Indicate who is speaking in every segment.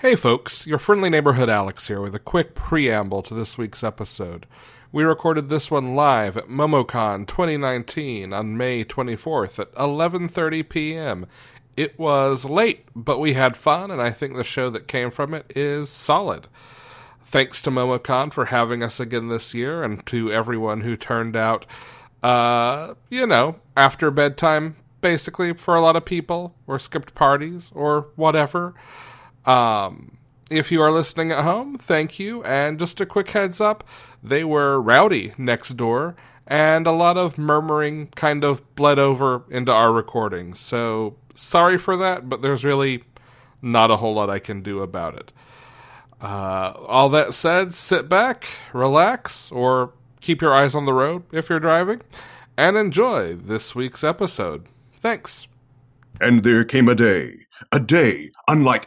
Speaker 1: Hey, folks, your friendly neighborhood Alex here with a quick preamble to this week's episode. We recorded this one live at MomoCon 2019 on May 24th at 11:30 p.m. It was late, but we had fun and I think the show that came from it is solid. Thanks to MomoCon for having us again this year and to everyone who turned out uh, you know, after bedtime basically for a lot of people or skipped parties or whatever. Um, if you are listening at home, thank you. And just a quick heads up they were rowdy next door, and a lot of murmuring kind of bled over into our recording. So sorry for that, but there's really not a whole lot I can do about it. Uh, all that said, sit back, relax, or keep your eyes on the road if you're driving, and enjoy this week's episode. Thanks.
Speaker 2: And there came a day, a day unlike.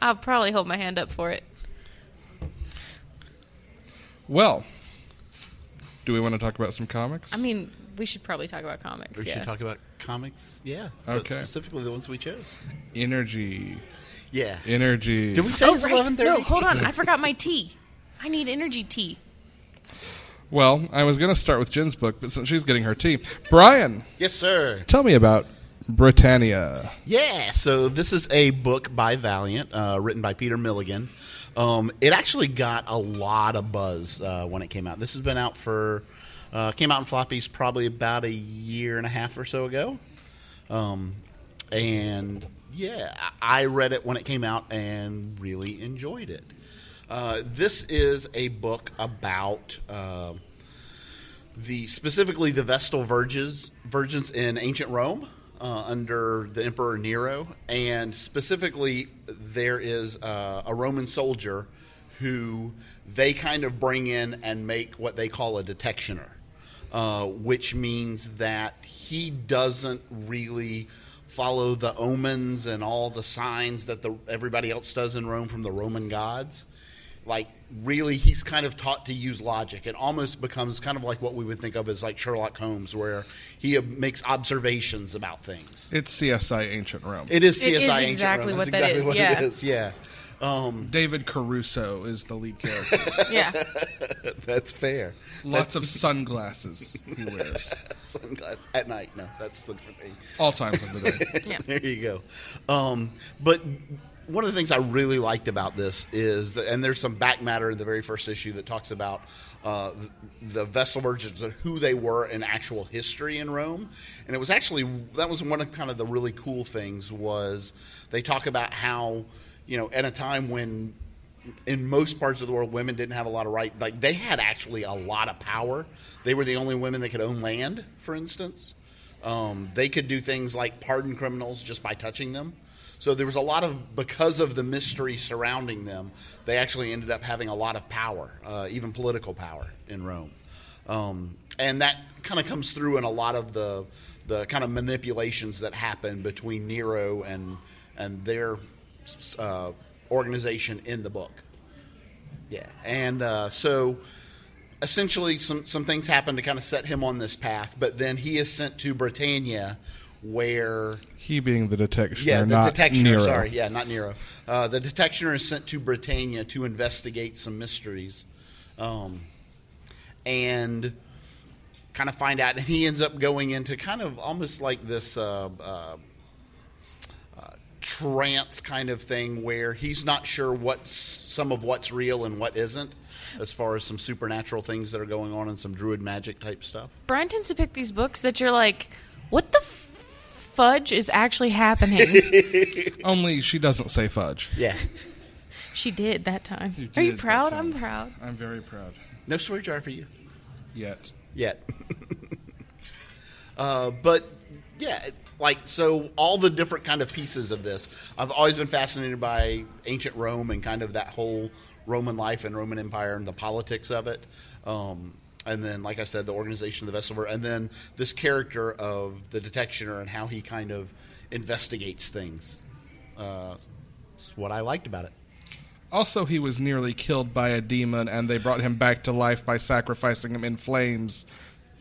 Speaker 3: I'll probably hold my hand up for it.
Speaker 1: well, do we want to talk about some comics?
Speaker 3: I mean, we should probably talk about comics.
Speaker 4: we
Speaker 3: yeah.
Speaker 4: should talk about comics. Yeah.
Speaker 1: Okay.
Speaker 4: Specifically the ones we chose.
Speaker 1: energy.
Speaker 4: Yeah.
Speaker 1: Energy.
Speaker 4: Did we say it's
Speaker 3: Oh, Right.
Speaker 4: 11:30?
Speaker 3: No, hold on. I forgot my tea. I need energy tea.
Speaker 1: well, I was going to start with Jen's book, but since she's getting her tea, Brian,
Speaker 4: Yes, sir.
Speaker 1: tell me about Britannia.
Speaker 4: Yeah, so this is a book by Valiant, uh, written by Peter Milligan. Um, it actually got a lot of buzz uh, when it came out. This has been out for, uh, came out in floppies probably about a year and a half or so ago. Um, and yeah, I I read it when it came out and really enjoyed it. Uh, this is a book about. Uh, the specifically the Vestal virgins virgins in ancient Rome uh, under the Emperor Nero, and specifically there is uh, a Roman soldier who they kind of bring in and make what they call a detectioner, uh, which means that he doesn't really follow the omens and all the signs that the everybody else does in Rome from the Roman gods like really he's kind of taught to use logic it almost becomes kind of like what we would think of as like sherlock holmes where he uh, makes observations about things
Speaker 1: It's CSI Ancient Rome.
Speaker 4: it is csi
Speaker 3: It is
Speaker 4: Ancient
Speaker 3: exactly
Speaker 4: Rome.
Speaker 3: what
Speaker 4: That's
Speaker 3: that
Speaker 4: exactly
Speaker 3: is,
Speaker 4: what
Speaker 3: yeah.
Speaker 4: it is yeah um,
Speaker 1: David Caruso is the lead character.
Speaker 3: Yeah.
Speaker 4: that's fair
Speaker 1: Lots of sunglasses he wears.
Speaker 4: sunglasses at night no that's the different thing
Speaker 1: All times of the day.
Speaker 3: Yeah.
Speaker 4: there you go. Um, but one of the things I really liked about this is, and there's some back matter in the very first issue that talks about uh, the Vestal Virgins, and who they were in actual history in Rome, and it was actually that was one of kind of the really cool things was they talk about how you know at a time when in most parts of the world, women didn't have a lot of right. Like they had actually a lot of power. They were the only women that could own land, for instance. Um, they could do things like pardon criminals just by touching them. So there was a lot of because of the mystery surrounding them, they actually ended up having a lot of power, uh, even political power in Rome. Um, and that kind of comes through in a lot of the the kind of manipulations that happen between Nero and and their uh, organization in the book. Yeah, and uh, so essentially, some some things happen to kind of set him on this path. But then he is sent to Britannia, where
Speaker 1: He being the detectioner,
Speaker 4: yeah, the
Speaker 1: not
Speaker 4: detectioner.
Speaker 1: Nero.
Speaker 4: Sorry, yeah, not Nero. Uh, the detectioner is sent to Britannia to investigate some mysteries, um, and kind of find out. And he ends up going into kind of almost like this uh, uh, uh, trance kind of thing, where he's not sure what's some of what's real and what isn't, as far as some supernatural things that are going on and some druid magic type stuff.
Speaker 3: Brian tends to pick these books that you're like, what the f- fudge is actually happening?
Speaker 1: Only she doesn't say fudge.
Speaker 4: Yeah,
Speaker 3: she did that time. Are you
Speaker 1: did that
Speaker 3: proud?
Speaker 1: time.
Speaker 3: I'm proud.
Speaker 1: I'm very proud.
Speaker 4: no swear jar for you.
Speaker 1: Yet.
Speaker 4: yet. uh, but yeah, it- like so, all the different kind of pieces of this. I've always been fascinated by ancient Rome and kind of that whole Roman life and Roman Empire and the politics of it. Um, and then, like I said, the organization of the Vesselver, and then this character of the detectioner and how he kind of investigates things. Uh, it's what I liked about it.
Speaker 1: Also, he was nearly killed by a demon, and they brought him back to life by sacrificing him in flames,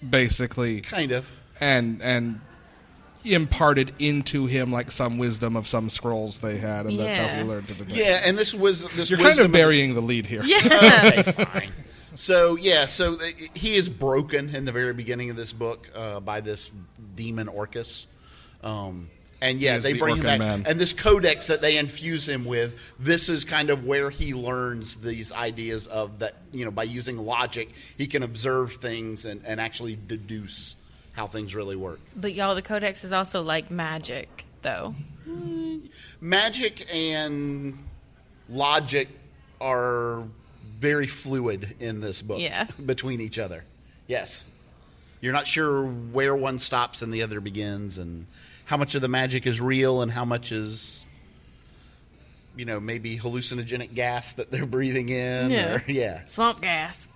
Speaker 1: basically,
Speaker 4: Kind of.
Speaker 1: and and imparted into him like some wisdom of some scrolls they had, and that's how
Speaker 3: Yeah.
Speaker 1: he learned to do that.
Speaker 4: Yeah, and this was this.
Speaker 1: You're kind
Speaker 4: wisdom
Speaker 1: of burying the lead here.
Speaker 3: Yeah.
Speaker 4: okay, fine. So yeah, so th- he is broken in the very beginning of this book uh, by this demon Orcus, um, and yeah,
Speaker 1: is
Speaker 4: they
Speaker 1: the
Speaker 4: bring him
Speaker 1: Orcan
Speaker 4: back.
Speaker 1: man.
Speaker 4: And this codex that they infuse him with, this is kind of where he learns these ideas of that you know by using logic, he can observe things and, and actually deduce how things really work.
Speaker 3: but y'all, the Codex is also like magic, though.
Speaker 4: magic and logic are very fluid in this book
Speaker 3: Yeah.
Speaker 4: between each other yes you're not sure where one stops and the other begins and how much of the magic is real and how much is you know maybe hallucinogenic gas that they're breathing in
Speaker 3: Yeah.
Speaker 4: or, yeah
Speaker 3: Swamp gas.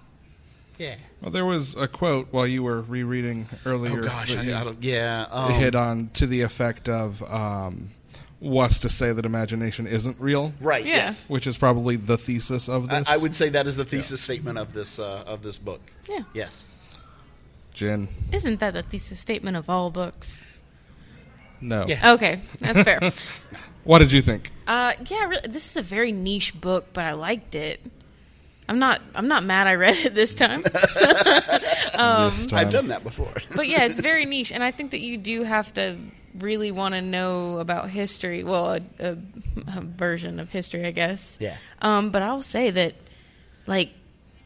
Speaker 4: yeah
Speaker 1: Well, there was a quote while you were rereading
Speaker 4: oh
Speaker 1: earlier.
Speaker 4: gosh
Speaker 1: that
Speaker 4: I,
Speaker 1: you
Speaker 4: I don't- yeah um,
Speaker 1: hit on to the effect of um, what's to say that imagination isn't real,
Speaker 4: right
Speaker 3: Yeah.
Speaker 4: yes
Speaker 1: which is probably the thesis of
Speaker 4: I,
Speaker 1: this.
Speaker 4: I would say that is the thesis statement of this uh, of this book
Speaker 3: Yeah.
Speaker 4: yes
Speaker 1: Jen,
Speaker 3: Isn't that the thesis statement of all books?
Speaker 1: no.
Speaker 4: Yeah.
Speaker 3: Okay, that's fair.
Speaker 1: What did you think?
Speaker 3: Uh, yeah, really, this is a very niche book, but I liked it. I'm not. I'm not mad. I read it this time, Um,
Speaker 1: this time?
Speaker 4: I've done that before
Speaker 3: but yeah, it's very niche, and I think that you do have to really want to know about history. Well, a, a, a version of history, I guess.
Speaker 4: Yeah.
Speaker 3: Um, but I'll say that, like,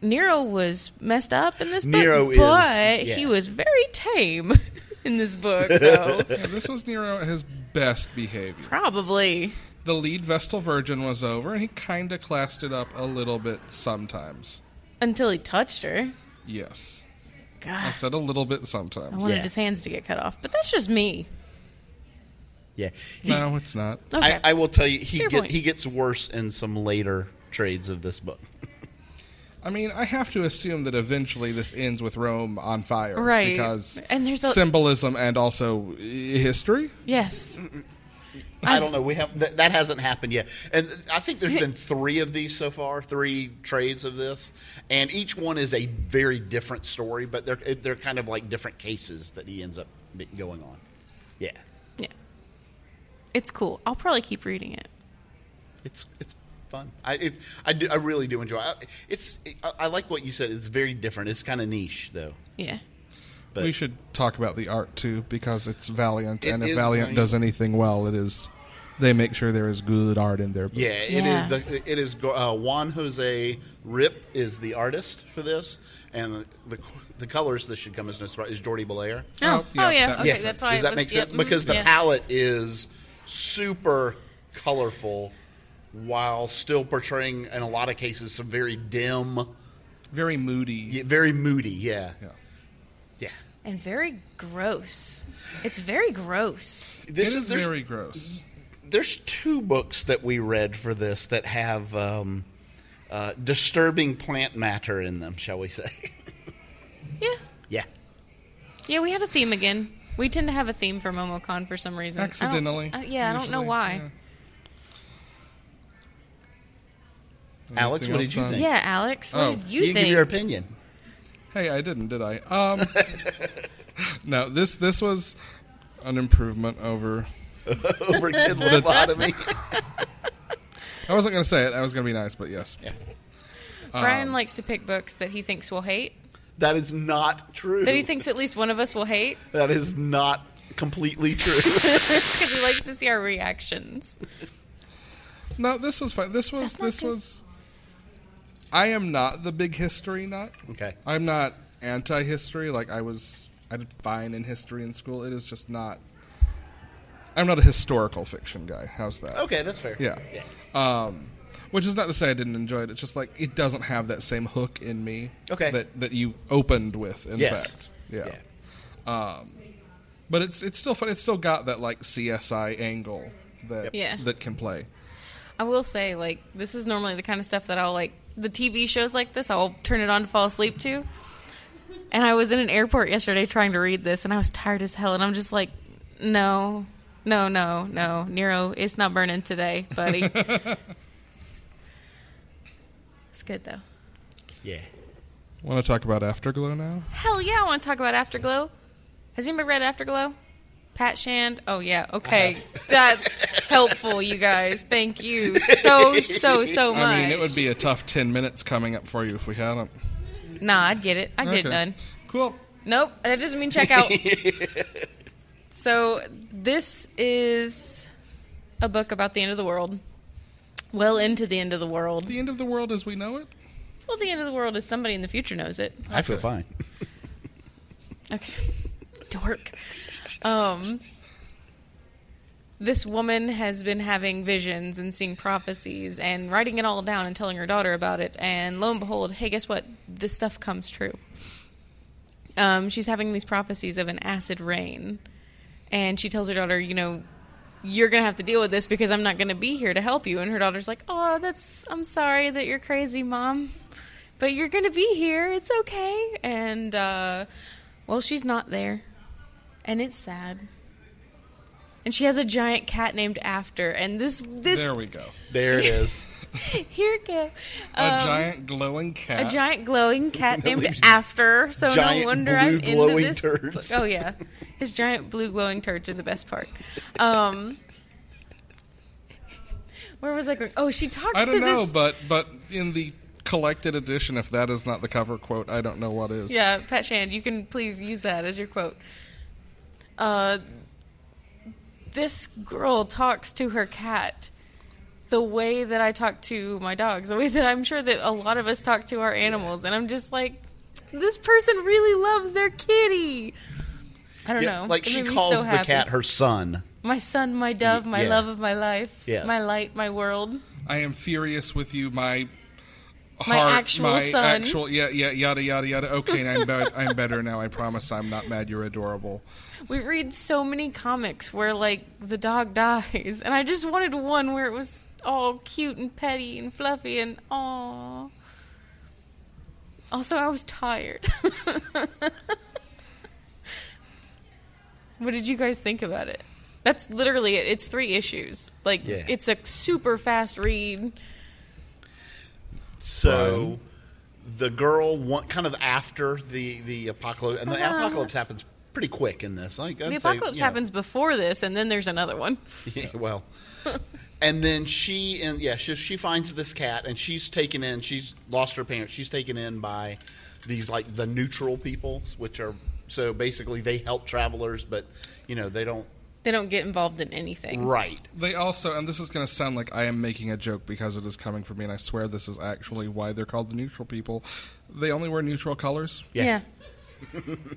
Speaker 3: Nero was messed up in this
Speaker 4: Nero
Speaker 3: book,
Speaker 4: is-
Speaker 3: but
Speaker 4: yeah.
Speaker 3: he was very tame in this book, though.
Speaker 1: Yeah, this was Nero at his best behavior.
Speaker 3: Probably.
Speaker 1: The lead Vestal Virgin was over, and he kind of classed it up a little bit sometimes.
Speaker 3: Until he touched her.
Speaker 1: Yes. I
Speaker 3: God,
Speaker 1: said a little bit
Speaker 3: I
Speaker 1: sometimes.
Speaker 3: wanted
Speaker 4: Yeah.
Speaker 3: his hands to get cut off. But that's just me.
Speaker 4: yeah
Speaker 1: No, it's not.
Speaker 3: Okay.
Speaker 4: I, I will tell you, he
Speaker 3: Fair
Speaker 4: get,
Speaker 3: point.
Speaker 4: he gets worse in some later trades of this book.
Speaker 1: I mean, I have to assume that eventually this ends with Rome on fire.
Speaker 3: Right.
Speaker 1: Because
Speaker 3: And there's a-
Speaker 1: symbolism and also uh, history.
Speaker 3: yes.
Speaker 4: I
Speaker 3: I've-
Speaker 4: don't know. We have that that hasn't happened yet, and I think there's been three of these so far, three trades of this, and each one is a very different story, but they're they're kind of like different cases that he ends up be- going on. Yeah,
Speaker 3: Yeah. It's cool. I'll probably keep reading it.
Speaker 4: it's it's fun. I it, I do I really do enjoy. It. It's I, I like what you said. It's very different. It's kind of niche though.
Speaker 3: Yeah.
Speaker 4: But
Speaker 1: we should talk about the art too, because it's Valiant,
Speaker 4: It
Speaker 1: and if
Speaker 4: is
Speaker 1: Valiant
Speaker 4: Valiant.
Speaker 1: does anything well, it is they make sure there is good art in their books.
Speaker 4: Yeah, it is.
Speaker 3: Yeah.
Speaker 4: The, it is go- uh, Juan Jose Rip is the artist for this, and the the, the colors. This should come as no surprise. Is Jordi Belair?
Speaker 1: Oh,
Speaker 3: Oh,
Speaker 1: yeah,
Speaker 3: yeah.
Speaker 1: that
Speaker 3: Okay,
Speaker 1: makes
Speaker 3: that's
Speaker 1: sense.
Speaker 3: why
Speaker 4: Does
Speaker 3: it
Speaker 4: that
Speaker 3: was,
Speaker 4: make
Speaker 3: yep,
Speaker 4: sense?
Speaker 3: mhm,
Speaker 4: Because the
Speaker 3: yeah.
Speaker 4: palette is super colorful, while still portraying, in a lot of cases, some very dim,
Speaker 1: Very moody.
Speaker 4: yeah, very moody. Yeah,
Speaker 1: Yeah.
Speaker 4: yeah.
Speaker 3: and very gross. It's very gross.
Speaker 1: It
Speaker 4: This
Speaker 1: is
Speaker 4: there's-
Speaker 1: very gross.
Speaker 4: there's two books that we read for this that have um, uh, disturbing plant matter in them, shall we say?
Speaker 3: Yeah.
Speaker 4: yeah.
Speaker 3: Yeah, we had a theme again. We tend to have a theme for MomoCon for some reason. I don't-
Speaker 1: Accidentally,
Speaker 3: I- yeah, I don't know
Speaker 1: usually,
Speaker 3: why.
Speaker 4: Alex,
Speaker 1: Anything
Speaker 4: what did
Speaker 1: else
Speaker 4: you
Speaker 1: on-
Speaker 4: think?
Speaker 3: Yeah, Alex, what
Speaker 1: Oh,
Speaker 3: did you,
Speaker 4: You,
Speaker 3: think?
Speaker 4: give your opinion.
Speaker 1: Hey, I didn't, did I? Um, no, this this was an improvement over.
Speaker 4: over kid lobotomy.
Speaker 1: I wasn't going to say it. I was going to be nice, but yes.
Speaker 4: yeah.
Speaker 3: Brian likes to pick books that he thinks we'll hate,
Speaker 4: That is not true.
Speaker 3: that he thinks at least one of us will hate,
Speaker 4: that is not completely true.
Speaker 3: because he likes to see our reactions.
Speaker 1: No, this was fun. This was
Speaker 3: That's not
Speaker 1: this
Speaker 3: good.
Speaker 1: was. I am not the big history nut.
Speaker 4: okay.
Speaker 1: I'm not anti-history. Like I was, I did fine in history in school. It is just not. I'm not a historical fiction guy. How's that?
Speaker 4: Okay, that's fair.
Speaker 1: Yeah. Um, which is not to say I didn't enjoy it. It's just like it doesn't have that same hook in me.
Speaker 4: Okay.
Speaker 1: That that you opened with. In
Speaker 4: Yes.
Speaker 1: fact. Yeah. But it's it's still fun. It's still got that like CSI angle that
Speaker 3: Yeah.
Speaker 1: that can play.
Speaker 3: I will say, like, this is normally the kind of stuff that I'll like. The TV shows like this, I'll turn it on to fall asleep to. And I was in an airport yesterday trying to read this, and I was tired as hell. And I'm just like, no, no, no, no, Nero, it's not burning today, buddy. it's good though.
Speaker 4: Yeah.
Speaker 1: Want to talk about Afterglow now?
Speaker 3: Hell yeah, I want to talk about Afterglow. Has anybody read Afterglow? Pat Shand. Oh yeah. Okay, that's helpful, you guys. Thank you so so so much.
Speaker 1: I mean, it would be a tough ten minutes coming up for you if we hadn't.
Speaker 3: Nah, I'd get it. I'd get
Speaker 1: Okay.
Speaker 3: it done.
Speaker 1: Cool.
Speaker 3: Nope, that doesn't mean check out. so this is a book about the end of the world. Well into the end of the world.
Speaker 1: The end of the world as we know it.
Speaker 3: Well, the end of the world is somebody in the future knows it.
Speaker 4: I feel fine.
Speaker 3: Okay. Dork. Um this woman has been having visions and seeing prophecies and writing it all down and telling her daughter about it and lo and behold, hey, guess what? This stuff comes true. Um she's having these prophecies of an acid rain and she tells her daughter, you know, you're going to have to deal with this because I'm not going to be here to help you and her daughter's like, "Oh, that's I'm sorry that you're crazy, mom." But you're going to be here. It's okay. And uh well, she's not there. And it's sad. And she has a giant cat named after. And this this
Speaker 1: There we go.
Speaker 4: There it is.
Speaker 3: here it go.
Speaker 1: A
Speaker 3: Um,
Speaker 1: giant glowing cat.
Speaker 3: a giant glowing cat named
Speaker 4: leaves-
Speaker 3: After. So
Speaker 4: giant
Speaker 3: no wonder
Speaker 4: blue
Speaker 3: I'm into
Speaker 4: glowing
Speaker 3: this.
Speaker 4: turds.
Speaker 3: book. Oh yeah, his giant blue glowing turds are the best part. Um, where was I going? Oh, she talks
Speaker 1: I
Speaker 3: to
Speaker 1: don't know,
Speaker 3: this.
Speaker 1: but but in the collected edition, if that is not the cover quote, I don't know what is.
Speaker 3: Yeah, Pat Shand, you can please use that as your quote. Uh, this girl talks to her cat the way that I talk to my dogs, the way that I'm sure that a lot of us talk to our animals, and I'm just like, this person really loves their kitty. I don't
Speaker 4: Yeah,
Speaker 3: know.
Speaker 4: Like
Speaker 3: It
Speaker 4: she
Speaker 3: made me
Speaker 4: calls
Speaker 3: so
Speaker 4: the
Speaker 3: happy.
Speaker 4: cat her son.
Speaker 3: my son, my dove, my
Speaker 4: Yeah.
Speaker 3: love of my life,
Speaker 4: Yes.
Speaker 3: my light, my world.
Speaker 1: I am furious with you, my
Speaker 3: My
Speaker 1: heart,
Speaker 3: actual
Speaker 1: my
Speaker 3: son.
Speaker 1: actual yeah yeah yada yada yada. Okay, I'm be- I'm better now. I promise I'm not mad. You're adorable.
Speaker 3: We read so many comics where like the dog dies, and I just wanted one where it was all cute and petty and fluffy and aw. Also, I was tired. what did you guys think about it? That's literally it. It's three issues. Like
Speaker 4: Yeah.
Speaker 3: it's a super fast read.
Speaker 4: So the girl want, kind of after the the apocalypse and the
Speaker 3: Uh-huh.
Speaker 4: apocalypse happens pretty quick in this. Like, I'd
Speaker 3: The
Speaker 4: say,
Speaker 3: apocalypse
Speaker 4: you know,
Speaker 3: happens before this, and then there's another one.
Speaker 4: Yeah, well, and then she and yeah, she, she finds this cat and she's taken in. She's lost her parents. She's taken in by these like the neutral people, which are so basically they help travelers, but you know they don't.
Speaker 3: They don't get involved in anything.
Speaker 4: Right.
Speaker 1: They also, and this is going to sound like I am making a joke because it is coming from me, and I swear this is actually why they're called the neutral people. They only wear neutral colors.
Speaker 3: Yeah.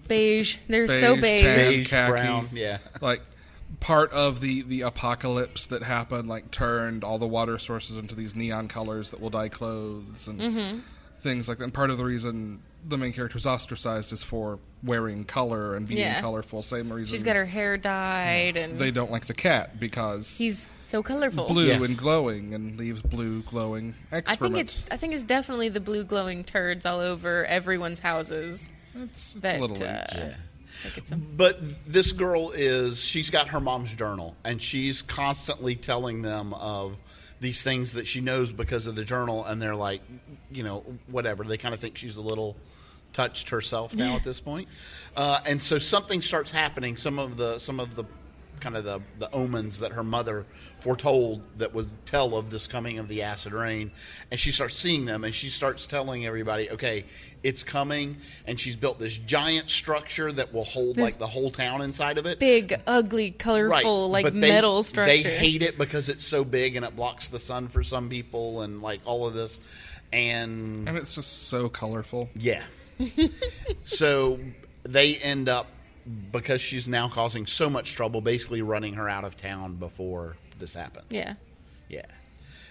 Speaker 3: beige. They're
Speaker 1: Beige,
Speaker 3: so beige.
Speaker 1: tan,
Speaker 4: Beige,
Speaker 1: khaki,
Speaker 4: brown, yeah.
Speaker 1: Like part of the the apocalypse that happened, like turned all the water sources into these neon colors that will dye clothes and
Speaker 3: Mm-hmm.
Speaker 1: things like that. And part of the reason the main character is ostracized is for wearing color and being
Speaker 3: Yeah.
Speaker 1: colorful. Same reason
Speaker 3: She's got her hair dyed, and
Speaker 1: they don't like the cat because
Speaker 3: he's so colorful.
Speaker 1: blue
Speaker 4: Yes.
Speaker 1: and glowing and leaves blue glowing excrement.
Speaker 3: I think it's I think it's definitely the blue glowing turds all over everyone's houses.
Speaker 1: it's, it's
Speaker 3: That
Speaker 1: a little.
Speaker 3: uh,
Speaker 1: late.
Speaker 3: I think it's a-
Speaker 4: But this girl is she's got her mom's journal and she's constantly telling them of these things that she knows because of the journal and they're like you know whatever they kind of think she's a little touched herself now at this point, uh, and so something starts happening. Some of the some of the kind of the, the omens that her mother foretold that would tell of this coming of the acid rain and she starts seeing them and she starts telling everybody okay it's coming and she's built this giant structure that will hold
Speaker 3: This
Speaker 4: like the whole town inside of it
Speaker 3: Big, ugly, colorful, like
Speaker 4: but they-
Speaker 3: metal structure.
Speaker 4: They hate it because it's so big and it blocks the sun for some people and like all of this. And
Speaker 1: And it's just so colorful.
Speaker 4: yeah. so they end up because she's now causing so much trouble, basically running her out of town before this happens.
Speaker 3: Yeah.
Speaker 4: Yeah,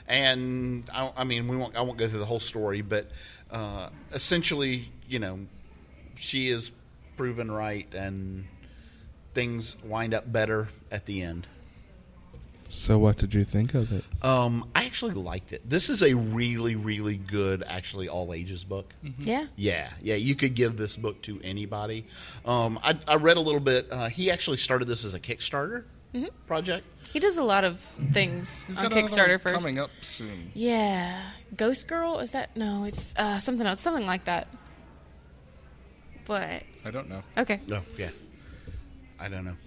Speaker 4: and I, I mean, we won't. I won't go through the whole story, but uh, essentially, you know, she is proven right, and things wind up better at the end.
Speaker 1: So, what did you think of it?
Speaker 4: Um, I actually liked it. This is a really, really good, actually all ages book.
Speaker 3: Yeah.
Speaker 1: Mm-hmm.
Speaker 4: Yeah, yeah, you could give this book to anybody. Um, I, I read a little bit. Uh, he actually started this as a Kickstarter project.
Speaker 3: He does a lot of things
Speaker 1: He's
Speaker 3: on
Speaker 1: got another
Speaker 3: Kickstarter
Speaker 1: one
Speaker 3: first.
Speaker 1: Coming up soon.
Speaker 3: Yeah. Ghost Girl? Is that? No, it's uh, something else. Something like that. But,
Speaker 1: I don't know.
Speaker 3: okay.
Speaker 4: No, yeah, I don't know,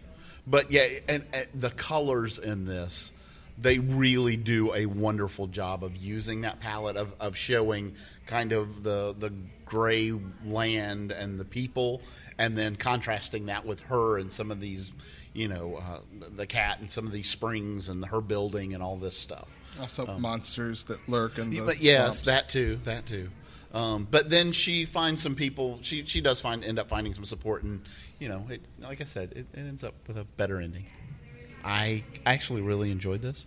Speaker 4: but yeah, and, and the colors in this, they really do a wonderful job of using that palette of, of showing kind of the the gray land and the people, and then contrasting that with her and some of these, you know, uh, the cat and some of these springs and her building and all this stuff.
Speaker 1: Also, monsters that lurk in the.
Speaker 4: Oh. But yes,
Speaker 1: swamps.
Speaker 4: that too, that too. Um, but then she finds some people. She she does find end up finding some support, and you know, it, like I said, it, it ends up with a better ending. I actually really enjoyed this.